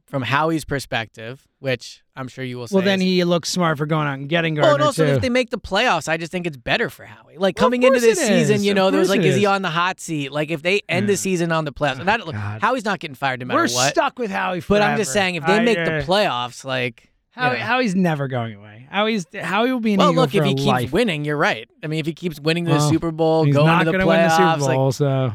from Howie's perspective, which I'm sure you will say Well, then is- he looks smart for going out and getting Gardner Well, and also too. if they make the playoffs, I just think it's better for Howie. Like Well, of coming into course this it season, is. you Of know, there's course like, it is he is. on the hot seat? Like if they end the season on the playoffs, and I don't look, Oh, God. Howie's not getting fired no matter We're what. stuck with Howie. But Forever. I'm just saying, if they I, make uh, the playoffs, like Howie, you know. Howie's never going away. Howie's Howie will be an well, Eagle look, if for he a keeps life. winning, you're right. I mean, if he keeps winning the Well, Super Bowl, He's going not to the gonna win the playoffs, Super Bowl, so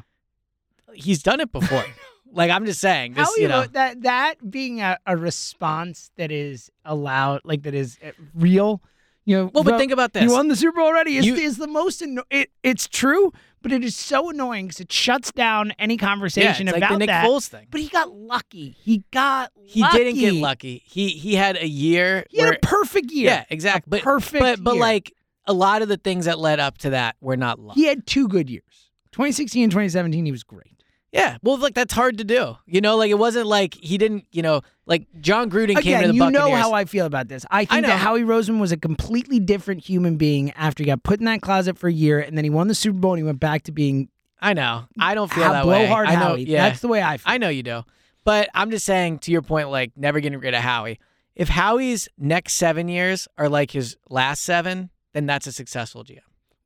like he's done it before. like I'm just saying, this, Howie you know, lo- that that being a, a response that is allowed, like that is uh, real. You know, Well, but think about this. You won the Super Bowl already. It's, You- it's the most. Anno- it it's true, but it is so annoying because it shuts down any yeah, it's conversation like about the Nick that. Foles thing. But he got lucky. He got. He didn't get lucky. lucky. He he had a year. He had where- a perfect year. Yeah, exactly. But, perfect But but year. like a lot of the things that led up to that were not luck. He had two good years. 2016 and 2017, he was great. Yeah. Well, like that's hard to do. You know, like it wasn't like he didn't. You know, like John Gruden came Again, to the you Buccaneers. know how I feel about this. I think know. that Howie Roseman was a completely different human being after he got put in that closet for a year, and then he won the Super Bowl and he went back to being I know. I don't feel how- that way. blowhard I know. Howie. Yeah. That's the way I feel. I know you do. But I'm just saying to your point, like never getting rid of Howie. If Howie's next seven years are like his last seven, then that's a successful GM.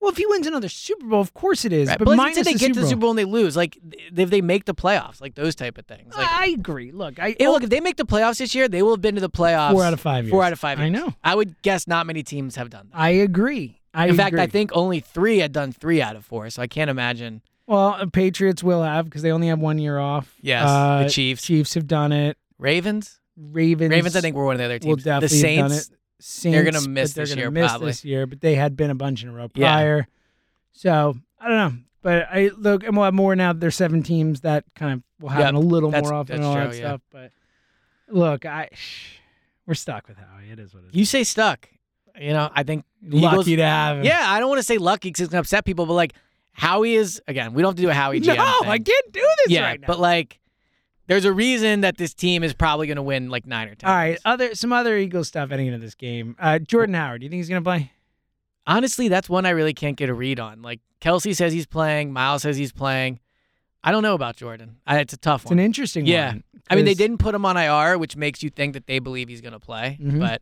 well, if he wins another Super Bowl, of course it is. Right. But Plus, minus until they the get Super to the Super Bowl and they lose, like th- if they make the playoffs, like those type of things. Like, I agree. Look, I oh, Hey, look, if they make the playoffs this year, they will have been to the playoffs Four out of five Four years. out of five. I years. know. I would guess not many teams have done that. I agree. I In fact, I agree. think only three had done three out of four, so I can't imagine. well, the Patriots will have because they only have one year off. Yes, Uh, the Chiefs, Chiefs have done it. Ravens, Ravens. Ravens. I think were one of the other will teams. definitely the have Saints. done it. Saints, they're gonna but miss they're this gonna year, miss probably. this year, but they had been a bunch in a row Yeah. prior. So I don't know, but I look, and we'll have more now. that There's seven teams that kind of will happen Yep, a little that's- more often and that's all true, that yeah. stuff. But look, I we're stuck with Howie. It is what it is. You say stuck. You know, I think E- Eagles- lucky to have him. Yeah, I don't want to say lucky because it's gonna upset people, but like Howie is again. We don't have to do a Howie GM. no, thing. I can't do this Yeah, right now. but like, there's a reason that this team is probably gonna win like nine or ten. all right, games. other some other Eagles stuff heading into this game. Uh, Jordan Howard, do you think he's gonna play? honestly, that's one I really can't get a read on. Like Kelsey says he's playing, Miles says he's playing. I don't know about Jordan. I, it's a tough It's an one. interesting Yeah. one. I mean, they 'cause- didn't put him on IR, which makes you think that they believe he's going to play. Mhm. But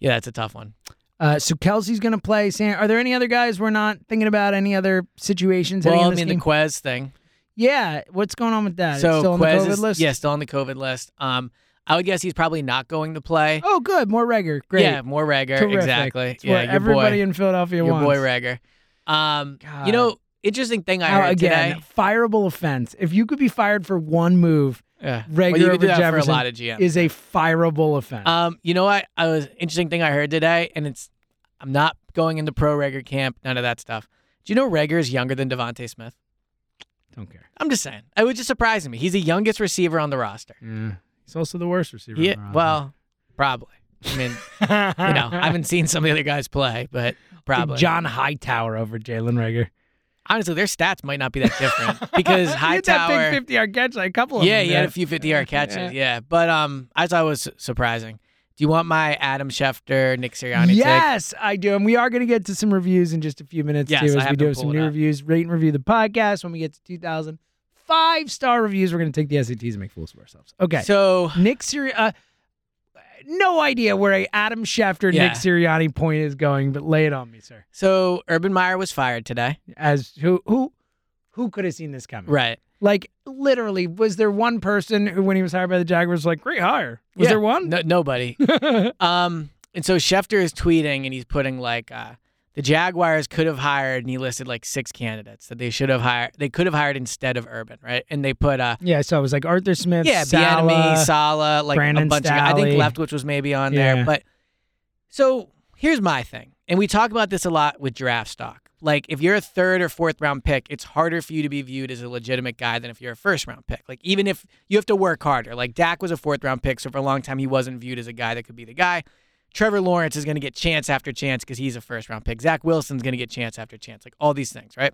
yeah, that's a tough one. Uh, so Kelsey's gonna play. Sam, are there any other guys we're not thinking about? Any other situations? heading Well, I into this mean, game? the Quez thing. Yeah, what's going on with that? so it's still on Quez the COVID is list. yeah, still on the COVID list. Um, I would guess he's probably not going to play. Oh, good. More Rager. Great. Yeah, more Rager. Terrific. Exactly. It's yeah, what your everybody boy, in Philadelphia your wants. boy Rager. Um, God. you know, interesting thing I Now, heard again, today. fireable offense. If you could be fired for one move, Yeah. Rager well, you could over do that Jefferson for a lot of GMs. is a fireable offense. Um, you know what? I was interesting thing I heard today, and it's I'm not going into pro Rager camp, none of that stuff. Do you know Rager is younger than Devonte Smith? Don't care. I'm just saying. It was just surprising me. He's the youngest receiver on the roster. Yeah. He's also the worst receiver. He, on the roster. well, probably. I mean, you know, I haven't seen some of the other guys play, but probably. John Hightower over Jalen Rager. Honestly, their stats might not be that different because He had that Hightower. big 50 yard catch, like a couple of Yeah, them. he had a few 50 yard catches. Yeah. but um, I thought it was su- surprising. Do you want my Adam Schefter, Nick Sirianni take? Yes, I do. And we are going to get to some reviews in just a few minutes, Yes, too, I as have we do been have some pulling new up. reviews. Rate and review the podcast. When we get to 2,000 five star reviews, we're going to take the SATs and make fools of ourselves. Okay. So Nick Sirianni. Uh, no idea where a Adam Schefter, Yeah. Nick Sirianni point is going, but lay it on me, sir. So Urban Meyer was fired today. As who who who could have seen this coming? Right. Like literally, was there one person who, when he was hired by the Jaguars, was like great hire? Was Yeah. there one? No, nobody. um, and so Schefter is tweeting and he's putting like uh, the Jaguars could have hired, and he listed like six candidates that they should have hired. They could have hired instead of Urban, right? And they put uh, Yeah, so it was like Arthur Smith, yeah, Salah, Bienemy, Sala, like a Brandon bunch of I think Staley. Leftwich was maybe on Yeah. there, but so here's my thing, and we talk about this a lot with draft stock. Like if you're a third or fourth round pick, it's harder for you to be viewed as a legitimate guy than if you're a first round pick. Like even if you have to work harder. Like Dak was a fourth round pick, so for a long time he wasn't viewed as a guy that could be the guy. Trevor Lawrence is going to get chance after chance because he's a first round pick. Zach Wilson's going to get chance after chance. Like all these things, right?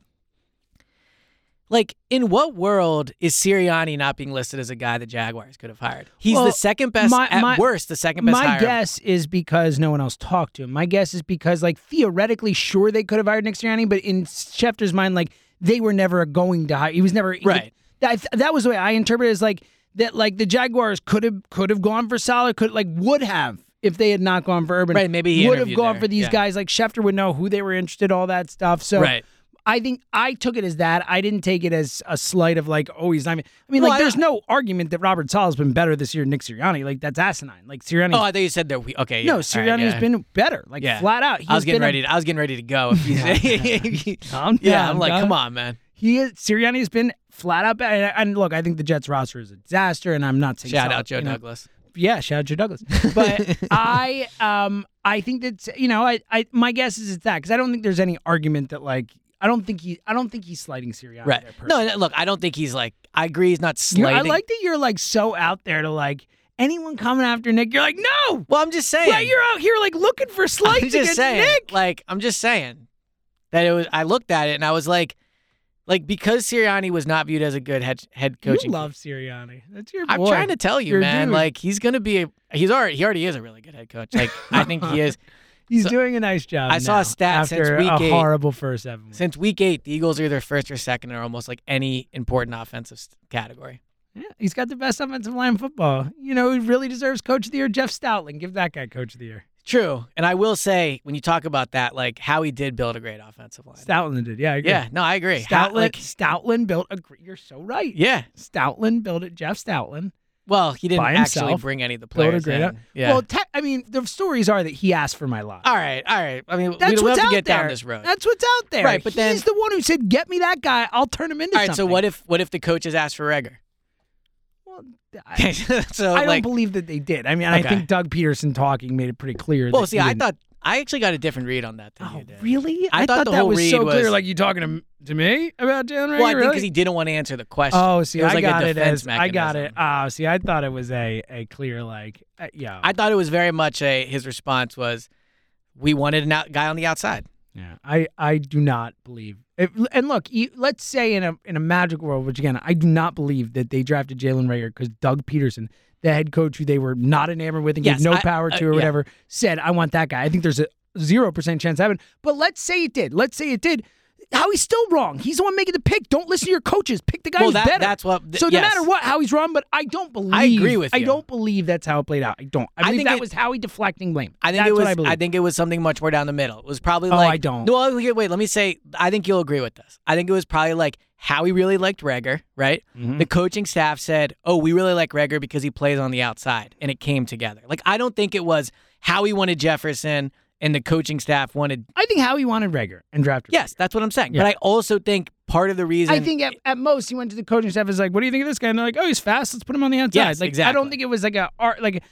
Like, in what world is Sirianni not being listed as a guy the Jaguars could have hired? He's Well, the second best, my- at my- worst, the second best My hire. guess is because no one else talked to him. My guess is because, like, theoretically, sure they could have hired Nick Sirianni, but in Schefter's mind, like, they were never going to hire. He was never Right. That that was the way I interpreted it as like that. Like the Jaguars could have could have gone for Salah, could like would have if they had not gone for Urban. Right, maybe he would have interviewed gone there, for these yeah. guys. Like Schefter would know who they were interested, all that stuff. So Right. I think I took it as that. I didn't take it as a slight of like, oh, he's not. Even, I mean, Well, like, I- there's no argument that Robert Sala's been better this year than Nick Sirianni. Like, that's asinine. Like Sirianni. Oh, I thought you said that we, okay. Yeah. no, has Sirianni has been better. Like Yeah. flat out. I He's was getting been a- ready. To, I was getting ready to go. If you Calm yeah, down, I'm like, God. come on, man. He is Sirianni has been flat out bad. And, and look, I think the Jets roster is a disaster, and I'm not saying Shout Sala, out Joe you know, Douglas. yeah, shout out Joe Douglas. But I, um, I think that you know, I, I, my guess is it's that because I don't think there's any argument that like I don't think he, I don't think he's sliding Sirianni. Right. there No, no, look, I don't think he's like, I agree he's not You're- slating. I like that you're like so out there to like anyone coming after Nick. You're like, no, well, I'm just saying. yeah, you're out here like looking for slights I'm just against saying, Nick. like, I'm just saying that it was. I looked at it and I was like, like because Sirianni was not viewed as a good head head coaching. you love Sirianni. That's your. I'm boy. trying to tell you, Your man. dude. Like he's gonna be. A, he's already. He already is a really good head coach. Like I think he is. He's so- doing a nice job. I saw now a stat after since week a eight. horrible first seven. weeks. Since week eight, the Eagles are either first or second in almost like any important offensive s- category. Yeah, he's got the best offensive line in football. You know, he really deserves Coach of the Year, Jeff Stoutland. Give that guy Coach of the Year. True, and I will say when you talk about that, like how he did build a great offensive line. Stoutland did. Yeah, I agree. Yeah, no, I agree. Stoutland, How- like, Stoutland built a. gr- You're so right. yeah. Stoutland built it. Jeff Stoutland. Well, he didn't By actually himself, bring any of the built a players great in. o- Yeah. Well, te- I mean, the stories are that he asked for my lot. all right, all right. I mean, That's we don't what's have out to get there. down this road. That's what's out there. Right, but then- he's the one who said, "Get me that guy. I'll turn him into." All right, so something." what if what if the coaches asked for Rager? Well, Okay, I, so I don't like, believe that they did. I mean, I Okay. think Doug Peterson talking made it pretty clear. well, that see, he I didn't- thought I actually got a different read on that than Oh, you did. really? I thought the that whole was read so clear. was- Like you talking to, to me about Dan Rager? Well, I think really? because he didn't want to answer the question. Oh, see, it was I like got a it. defense As, I got it. mechanism. Ah, see, I thought it was a a clear like, uh, yeah, I thought it was very much a his response was, "We wanted an out, guy on the outside." yeah. I I do not believe. If, and look, you, let's say in a in a magic world, which again, I do not believe that they drafted Jalen Rager because Doug Peterson, the head coach who they were not enamored with and Yes, gave no I- power uh, to or yeah. whatever, said, "I want that guy." I think there's a zero percent chance that happened. But let's say it did. Let's say it did. How he's still wrong. He's the one making the pick. Don't listen to your coaches. Pick the guy well, who's that, better. that's what. th- So no yes. matter what, how he's wrong, but I don't believe. I agree with I you. don't believe that's how it played out. I don't. I, I believe think that it- was Howie deflecting blame. I think that's it was. What I, believe. think it was something much more down the middle. It was probably Oh, like. I don't. No, well, okay, wait. Let me say. I think you'll agree with this. I think it was probably like how he really liked Rager, right? Mm-hmm. The coaching staff said, "Oh, we really like Rager because he plays on the outside," and it came together. Like I don't think it was how he wanted Jefferson and the coaching staff wanted. I think Howie wanted Rager and drafted. Yes, that's what I'm saying. Yeah. But I also think part of the Rager. reason I think at, at most he went to the coaching staff. and was like, "What do you think of this guy?" And they're like, "Oh, he's fast. Let's put him on the outside." Yes, like I exactly. don't think it was like a art. Like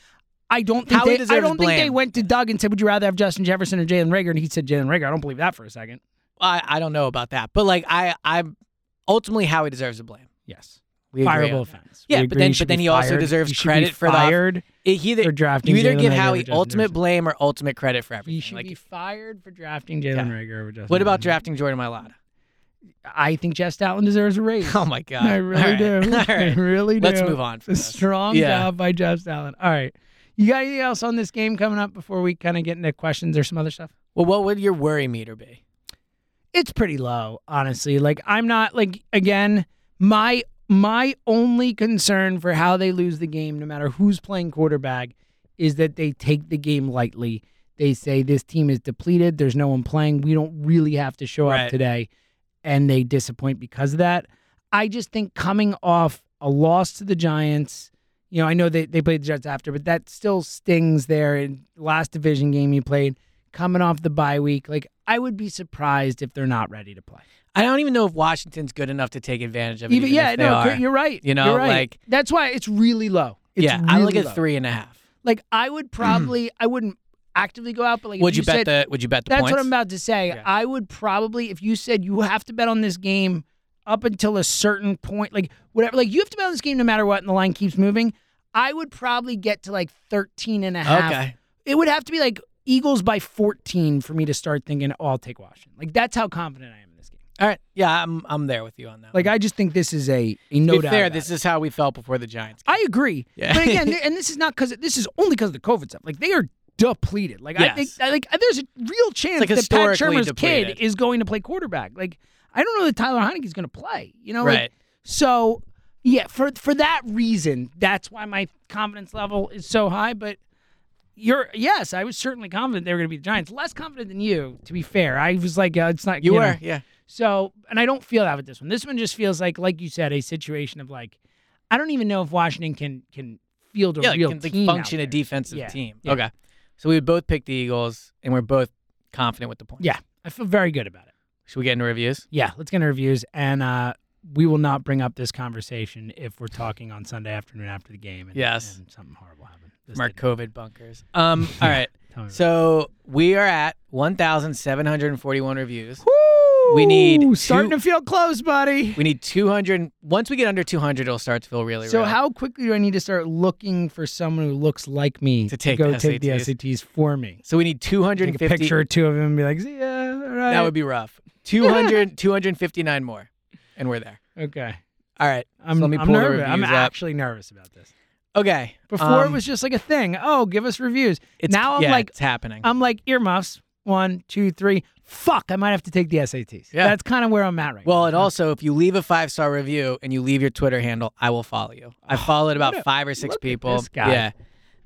I don't think Howie they, I deserves don't think they blame. went to Doug and said, "Would you rather have Justin Jefferson or Jalen Rager?" And he said, "Jalen Rager." I don't believe that for a second. I, I don't know about that, but like I I'm ultimately how he deserves the blame. Yes, We agree on fireable that. offense. Yeah, We but agree then- he should but then be he also fired. deserves He should be credit for the- fired. It- he either- For drafting you either Jalen give Rager over Howie Justin ultimate Jefferson. blame or ultimate credit for everything. He should Like, be fired for drafting Jalen Yeah. Rager over Justin. what about Jefferson. drafting Jordan Mailata? I think Jeff Stoutland deserves a raise. Oh my god! I really All right. do. All I right. really do. Let's move on. From A this. strong Yeah. job by Jeff Stoutland. All right. You got anything else on this game coming up before we kind of get into questions or some other stuff? Well, what would your worry meter be? It's pretty low, honestly. Like I'm not like again, my my only concern for how they lose the game, no matter who's playing quarterback, is that they take the game lightly. They say this team is depleted, there's no one playing, we don't really have to show Right. up today, and they disappoint because of that. I just think coming off a loss to the Giants, you know, I know they, they played the Jets after, but that still stings there in last division game you played, coming off the bye week. Like, I would be surprised if they're not ready to play. I don't even know if Washington's good enough to take advantage of it. Even, Even, yeah, if they no, are. you're right. You know, You're right. like- that's why it's really low. It's yeah, I look really at low. three and a half. Like, I would probably, I wouldn't actively go out, but like, if Would you, said- bet the? Would you bet the That's points? what I'm about to say. Yeah. I would probably, if you said you have to bet on this game up until a certain point, like whatever, like you have to bet on this game no matter what, and the line keeps moving, I would probably get to like 13 and a half. Okay. It would have to be like Eagles by 14 for me to start thinking, oh, I'll take Washington. Like that's how confident I am in this game. All right. Yeah, I'm I'm there with you on that. Like one. I just think this is a, a no to be doubt. fair, about this it. is how we felt before the Giants. I agree. Yeah. But again, th- and this is not because this is only because of the COVID stuff. Like they are depleted. Like I think Yes. I like there's a real chance like that Pat historically Shermer's depleted. kid is going to play quarterback. Like I don't know that Tyler Heineke's going to play. You know, right. Like, so yeah, for for that reason, that's why my confidence level is so high. But you're yes, I was certainly confident they were going to be the Giants. Less confident than you, to be fair. I was like, uh, it's not you know. were. Yeah. So, and I don't feel that with this one. This one just feels like, like you said, a situation of like, I don't even know if Washington can can field a yeah. real like, can, like, team out function a there. defensive Yeah, team. yeah. Okay. So we would both pick the Eagles, and we're both confident with the points. Yeah, I feel very good about it. Should we get into reviews? Yeah, let's get into reviews, and uh, we will not bring up this conversation if we're talking on Sunday afternoon after the game. And, Yes. and something horrible happened. This Mark didn't- COVID bunkers. Um. All right. tell me about So we are at 1,741 reviews. it. we need Ooh, starting two- to feel close, buddy. We need 200. Once we get under 200, it'll start to feel really So real. how quickly do I need to start looking for someone who looks like me To take go the take the SATs? SATs for me? So we need Take 250. a picture or two of him and be like, "See ya, all right." That would be rough. 200, 259 more, and we're there. okay. All right. I'm, so let me I'm pull the nervous. reviews I'm up. actually nervous about this. Okay. Before it um, was just like a thing. Oh, give us reviews. it's, now I'm yeah, like, it's happening. I'm like earmuffs. One, two, three. Fuck, I might have to take the SATs. Yeah. That's kind of where I'm at right well, now. and also, if you leave a five star review and you leave your Twitter handle, I will follow you. I followed about what a- five or Oh, six look at people. this guy. Yeah.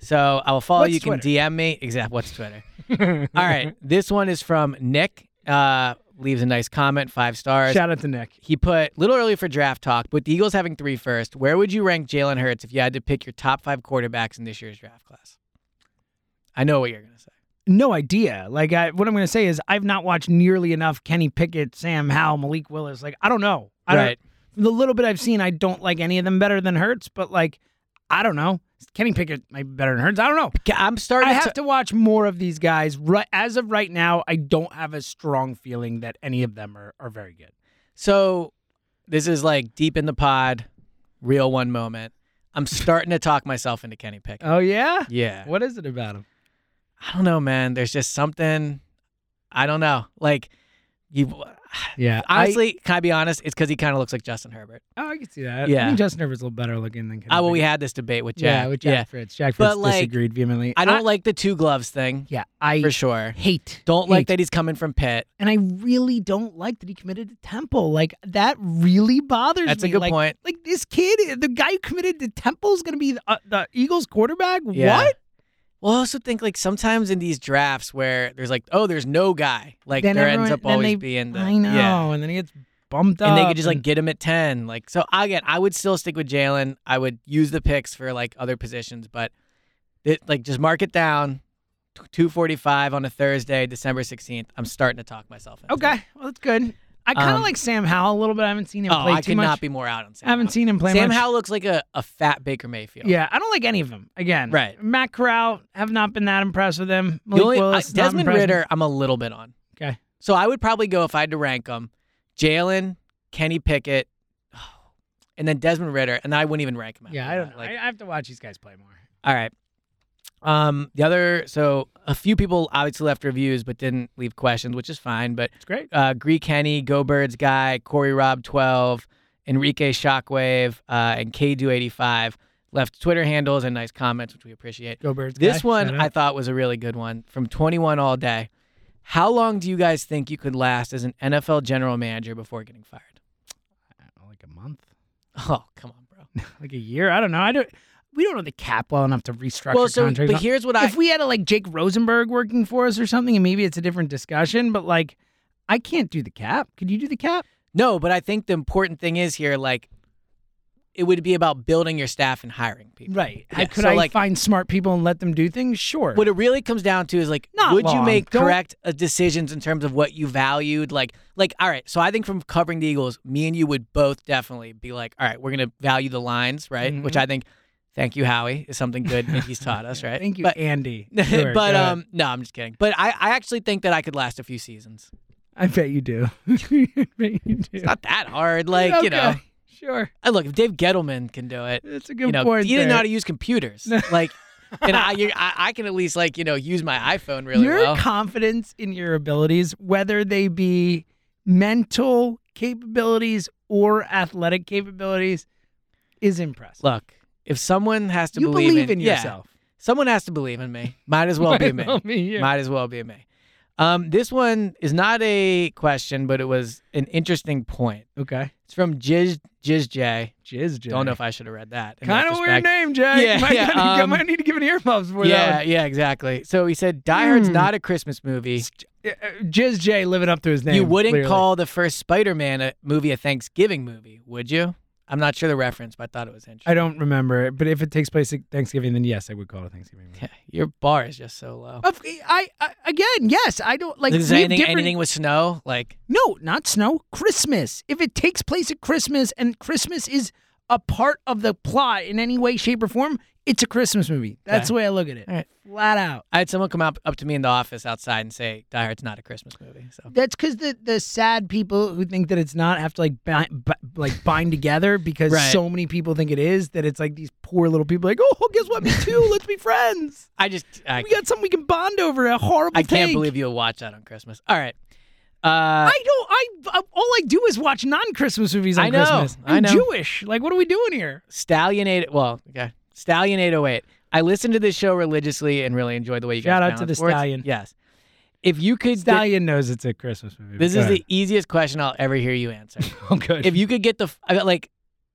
So I will follow What's you. You Twitter? can DM me. Exact. What's Twitter? All right. This one is from Nick. Uh, leaves a nice comment, five stars. shout out to Nick. He put little early for draft talk, but the Eagles having three first. Where would you rank Jalen Hurts if you had to pick your top five quarterbacks in this year's draft class? I know what you're gonna say. No idea. Like, I, what I'm going to say is, I've not watched nearly enough Kenny Pickett, Sam Howell, Malik Willis. Like, I don't know. I Right. Don't, the little bit I've seen, I don't like any of them better than Hurts. But like, I don't know. Kenny Pickett might be better than Hurts. I don't know. Ca- I'm starting. I have to, to watch more of these guys. Right, as of right now, I don't have a strong feeling that any of them are, are very good. So this is like deep in the pod, real one moment. I'm starting to talk myself into Kenny Pickett. Oh yeah, yeah. what is it about him? I don't know, man. There's just something. I don't know. Like you. Yeah, Honestly, can I be honest? It's because he kind of looks like Justin Herbert. I, Uh, oh, I can see that. Yeah. I think Justin Herbert's a little better looking than. Kenny Ah, well, we Pickett. had this debate with yeah, Jack. with Jack Fritz. Jack But, Fritz like, disagreed vehemently. I don't like the two gloves thing. Yeah, I for sure. hate. Don't like hate. that he's coming from Pitt. and I really don't like that he committed to Temple. Like that really bothers That's a me. good like, point. Like this kid, the guy who committed to Temple is going to be the, uh, the Eagles quarterback. Yeah. What? Well, I also think like sometimes in these drafts where there's like, oh, there's no guy. Like Then there ends everyone- up then always they- being the I know. Yeah. And then he gets bumped up. And they could just like get him at ten. Like so again, I would still stick with Jalen. I would use the picks for like other positions, but it, like just mark it down. Two forty five on a Thursday, December sixteenth. I'm starting to talk myself. into it. Okay, well that's good. I kind of Um, like Sam Howell a little bit. I haven't seen him Oh, play I too could much. not be more out on Sam. I haven't Howell. sowell seen him play Sam much. Howell looks like a, a fat Baker Mayfield. Yeah, I don't like any of them. Again, Right. Matt Corral have not been that impressed with him. The Malik only, I, Willis, not Desmond impressed with- Ritter, I'm a little bit on. Okay. So I would probably go if I had to rank them: Jalen, Kenny Pickett, and then Desmond Ritter, and I wouldn't even rank him. Yeah, after I don't that. know. Like, I, I have to watch these guys play more. all right. Um, the other, so a few people obviously left reviews but didn't leave questions, which is fine. But It's great. uh, Greek Henny, Go Birds guy, Corey Rob twelve, Enrique Shockwave, uh, and K Do eighty five left Twitter handles and nice comments, which we appreciate. Go Birds. This guy. one Shout out. I thought was a really good one from 21 All Day. How long do you guys think you could last as an NFL general manager before getting fired? like a month, Oh, come on, bro. like a year. I don't know. I don't. We don't know the cap well enough to restructure well, so contracts. but here's what I if we had a, like Jake Rosenberg working for us or something, and maybe it's a different discussion. But like, I can't do the cap. Could you do the cap? No, but I think the important thing is here, like, it would be about building your staff and hiring people. Right. Yeah, Could so, I like- find smart people and let them do things? Sure. What it really comes down to is like, Not would you long. make Don't- correct uh, decisions in terms of what you valued? Like, like, all right. So I think from covering the Eagles, me and you would both definitely be like, all right, we're gonna value the lines, right? Which Mm-hmm. I think, thank you, Howie, is something good that he's taught us, right? Thank you, But, Andy. Sure, but go ahead. um, no, I'm just kidding. But I, I actually think that I could last a few seasons. I bet you do. I bet you do. It's not that hard. Like, okay. you know, Sure. I look if Dave Gettleman can do it. That's a good you know, point. He didn't know there. how to use computers. like, and I, you, I, I can at least like you know use my iPhone really your well. confidence in your abilities, whether they be mental capabilities or athletic capabilities, is impressive. look, if someone has to you believe, believe in, yeah, yourself. someone has to believe in me. Might as well be me. Well, me, yeah. Might as well be me. Um, this one is not a question, but it was an interesting point. Okay. It's from Jiz Jiz J. Jizz, Jay. Don't know if I should have read that. in Kind of weird retrospect. name, Jay. Yeah, might, yeah, gotta- I um, might need to give an earmuffs for Yeah, that. Hmm. yeah, exactly. So he said, "Die Hard's not a Christmas movie." one. Uh, uh, Jizz Jay living up to his name. you wouldn't clearly. call the first Spider-Man a movie a Thanksgiving movie, would you? I'm not sure the reference, but I thought it was interesting. I don't remember it, but if it takes place at Thanksgiving, then yes, I Oh, would call it Thanksgiving. Yeah, your bar is just so low. Of, I, I again, yes, I don't like. is we have anything, different- anything with snow? Like, No, not snow. Christmas. If it takes place at Christmas and Christmas is a part of the plot in any way, shape, or form, it's a Christmas movie. That's the Okay. way I look at it. All right. Flat out. I had someone come up, up to me in the office outside and say, Die Hard's not a Christmas movie. So That's because the, the sad people who think that it's not have to like bi- bi- like bind together because Right. so many people think it is that it's like these poor little people like oh guess what me too let's be friends I just, I, we got something we can bond over a horrible I can't thing. believe you'll watch that on Christmas. All right. Uh, I don't I, I uh, all I do is watch non Christmas movies on I know, Christmas I I'm know. Jewish like what are we doing here Stallion 8, well, okay. Stallion 808. I listened to this show religiously and really enjoyed the way you Shout guys out to balance the words. Stallion. Yes. If you could get- Stallion knows it's a Christmas movie. this Go is ahead. the easiest question I'll ever hear you answer. oh, good. if you could get the f- I- like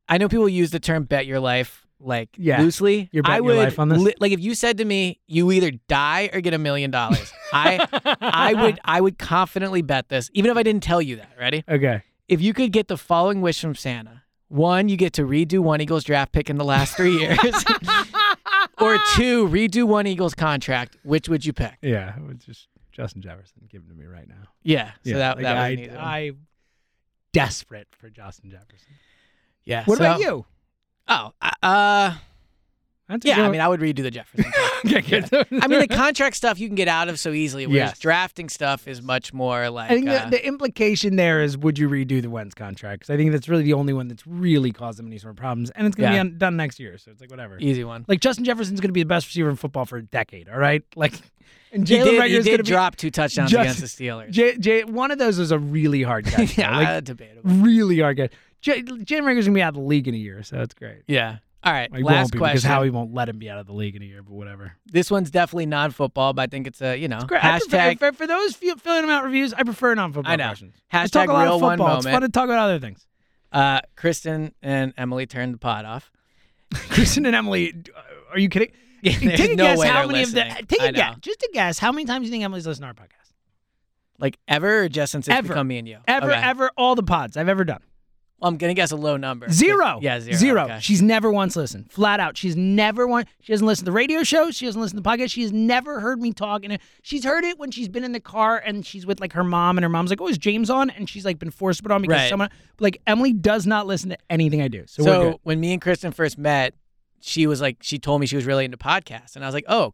I know people use the term bet your life like Yeah. loosely. You're I betting would your life on this? like if you said to me you either die or get a million dollars. I I would I would confidently bet this even if I didn't tell you that. Ready? okay. If you could get the following wish from Santa. One, you get to redo one Eagles draft pick in the last 3 years. or two, redo one Eagles contract. Which would you pick? Yeah, it was just Justin Jefferson. Give it to me right now. Yeah. So Yeah, that like, that was I- an easy one. I- Desperate for Justin Jefferson. yeah. What so- about you? Oh, uh That's a yeah, good I one. mean I would redo the Jefferson. contract. Okay, good. I mean, the contract stuff you can get out of so easily, whereas Yes. drafting stuff is much more like. I think uh, the, the implication there is would you redo the Wentz contract? Because I think that's really the only one that's really causing any sort of problems. And it's going to Yeah. be on, done next year. So it's like, whatever. easy one. Like, Justin Jefferson's going to be the best receiver in football for a decade. All right. Like, and He Jalen did, he Rager's going to did be. drop two touchdowns Just- against the Steelers. J, J, one of those is a really hard catch. yeah, though, like, uh, debatable. really hard catch. J, Jalen Rager's going to be out of the league in a year. So it's great. Yeah. All right. Like, won't last be, Because question. Howie won't let him be out of the league in a year, but whatever. This one's definitely non-football, but I think it's a you know Great. I prefer- hashtag. for, for those few, filling them out reviews, I prefer non football I know. questions. Let's Hashtag talk a lot real of one football. It's fun moment. to talk about other things. Uh, Kristen and Emily turned the pod off. Kristen and Emily, uh, are you kidding? there's take a no guess way how they're many of the listening. take I a know. guess. Just a guess. How many times do you think Emily's listened to our podcast? Like ever or just since it's Ever. become me and you? Ever, Okay. ever, all the pods I've ever done. Well, I'm gonna guess a low number. Zero. Yeah, zero. okay. She's never once listened. Flat out. She's never one. She doesn't listen to the radio show. She doesn't listen to the podcast. She has never heard me talk. And she's heard it when she's been in the car and she's with like her mom, and her mom's like, "Oh, is James on?" And she's like been forced to put on because Right. someone like Emily does not listen to anything I do. So, So, we're good. when me and Kristen first met, she was like, she told me she was really into podcasts, and I was like, oh,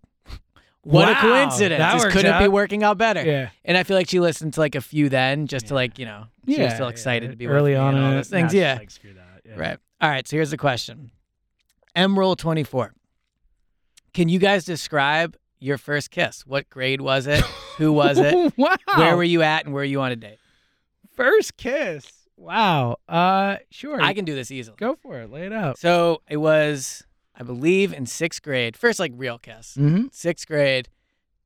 what a Wow, coincidence! that this works couldn't be out. working out better. Yeah. And I feel like she listened to like a few then, just to like you know, she was still excited to be with early me on and all in it. those things. she's yeah, like, screw that. Yeah. right. All right, so here's the question: Emerald twenty four. Can you guys describe your first kiss? What grade was it? Who was it? wow. Where were you at, and were you on a date? First kiss. Wow. Uh, sure. I can do this easily. go for it. Lay it out. So it was, I believe, in sixth grade. First, like real kiss. Mhm. Sixth grade,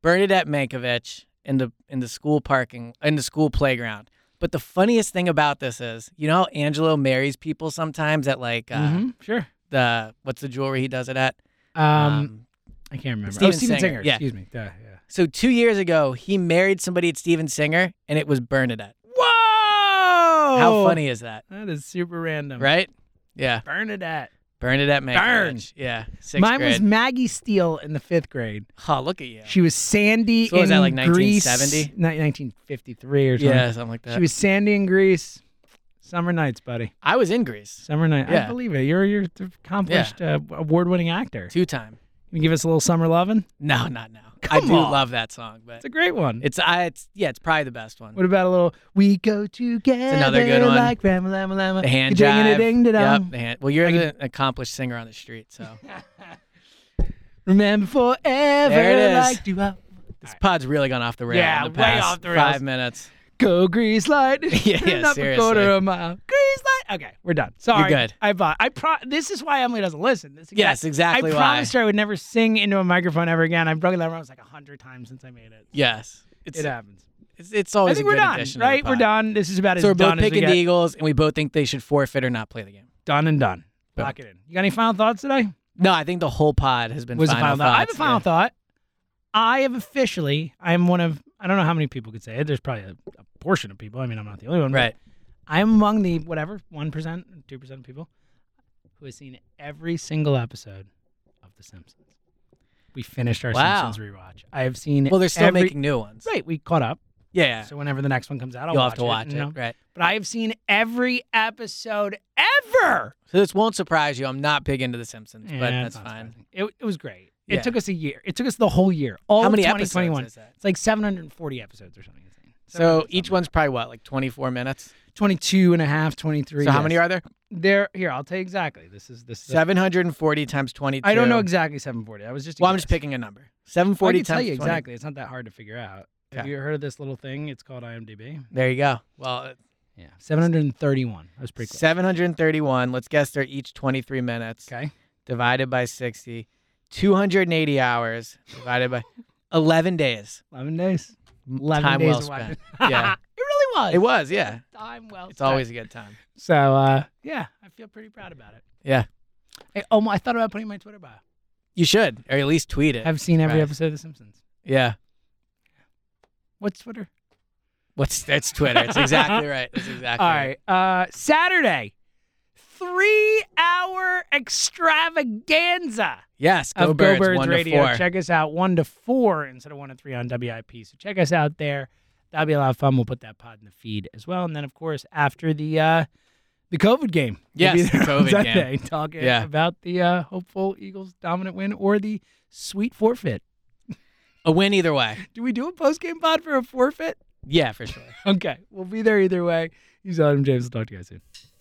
Bernadette Mankovich in the in the school parking in the school playground. But the funniest thing about this is, you know, how Angelo marries people sometimes at like uh, Mm-hmm. Sure. the what's the jewelry he does it at. Um, Um, I can't remember. Steven oh, Steven Singer, Singer. yeah. Excuse me. Yeah, yeah. so two years ago, he married somebody at Steven Singer, and it was Bernadette. Whoa! Whoa. How funny is that? That is super random. Right? Yeah. Bernadette. Burn it at Maggie. Burn. Lynch. Yeah. Sixth Mine grade. was Maggie Steele in the fifth grade. Oh, look at you. She was Sandy So what in was that, like, Greece. 1970? Ni- 1953 or something. yeah, something like that. She was Sandy in Greece. Summer nights, buddy. I was in Greece Summer night. I Yeah. believe it. You're you're an accomplished uh, award-winning actor. two time. Can you give us a little summer lovin'? No, not now. I Come do on. love that song, but It's a great one. it's I it's yeah, it's probably the best one. what about a little "We Go Together"? another good one. Like Rama Lama Lama. the hand jive. Ding ding Yep, dong. the hand- Well, you're an accomplished singer on the street, so Remember forever. There it is. Like do I this pod's really gone off the rail. Yeah, in the way past off the rails. Five minutes. go grease light. Yeah, yeah, Not a seriously. quarter of a mile. Grease light. Okay, we're done. Sorry. good. I bought. I pro. This is why Emily doesn't listen. This is Yes, exactly I why. promised her I would never sing into a microphone ever again. I've broken that wrong like a hundred times since I made it. Yes, it's It happens. it's, it's I always think a we're good done, addition to the right? We're pod. done. This is about as So we're done both as we picking get. the Eagles, and we both think they should forfeit or not play the game. Done and done. Lock it in. You got any final thoughts today? No, I think the whole pod has been Was a final, final thought. I have a thoughts. final Yeah. thought. I have officially. I am one of. I don't know how many people could say it. There's probably a, a portion of people. I mean, I'm not the only one. but Right. I'm among the whatever one percent, two percent of people who has seen every single episode of The Simpsons. We finished our Wow. Simpsons rewatch. I have seen. Well, they're still every- making new ones. Right, we caught up. Yeah. yeah. So whenever the next one comes out, I'll You'll have to watch watch it, it. you know? Right. But I have seen every episode ever. So this won't surprise you. I'm not big into The Simpsons, Yeah, but it's that's not fine. surprising. It, it was great. Yeah. It took us a year. It took us the whole year. All How of many episodes 2021. is that? It's like 740 episodes or something. insane. So 700 each something. one's probably what, like 24 minutes? 22 and a half, 23. So how many yes. are there? there? Here, I'll tell you exactly. This is this. Is 740 times 22. I don't know exactly 740. I was just. a Well, I'm just guess. picking a number. Well, I 740 can times tell you 20. exactly. It's not that hard to figure out. Have Okay. you heard of this little thing? It's called IMDb. There you go. Well, Yeah, 731. That was pretty close. 731. Let's guess they're each 23 minutes Okay. divided by 60. 280 hours divided by 11 days. 11 days. 11 Time days well of watching. spent. yeah. it really was. It was, yeah. Time well It's spent. always a good time. So, uh, yeah, I feel pretty proud about it. Yeah. Hey, oh, I thought about putting my Twitter bio. You should, or at least tweet it. I've seen every Right. episode of The Simpsons. Yeah. What's Twitter? What's that's Twitter. It's exactly right. That's exactly All right. Uh, Saturday, three hour extravaganza Yes, Go of Birds, Go Birds one Radio. to four. Check us out one to four instead of one to three on WIP. So check us out there. That'll be a lot of fun. We'll put that pod in the feed as well. And then, of course, after the uh, the COVID game. We'll be Yes, the there on COVID game. Sunday Talking Yeah. about the uh, hopeful Eagles dominant win or the sweet forfeit. A win either way. Do we do a post game pod for a forfeit? Yeah, for sure. Okay. We'll be there either way. He's Adam James. I'll talk to you guys soon.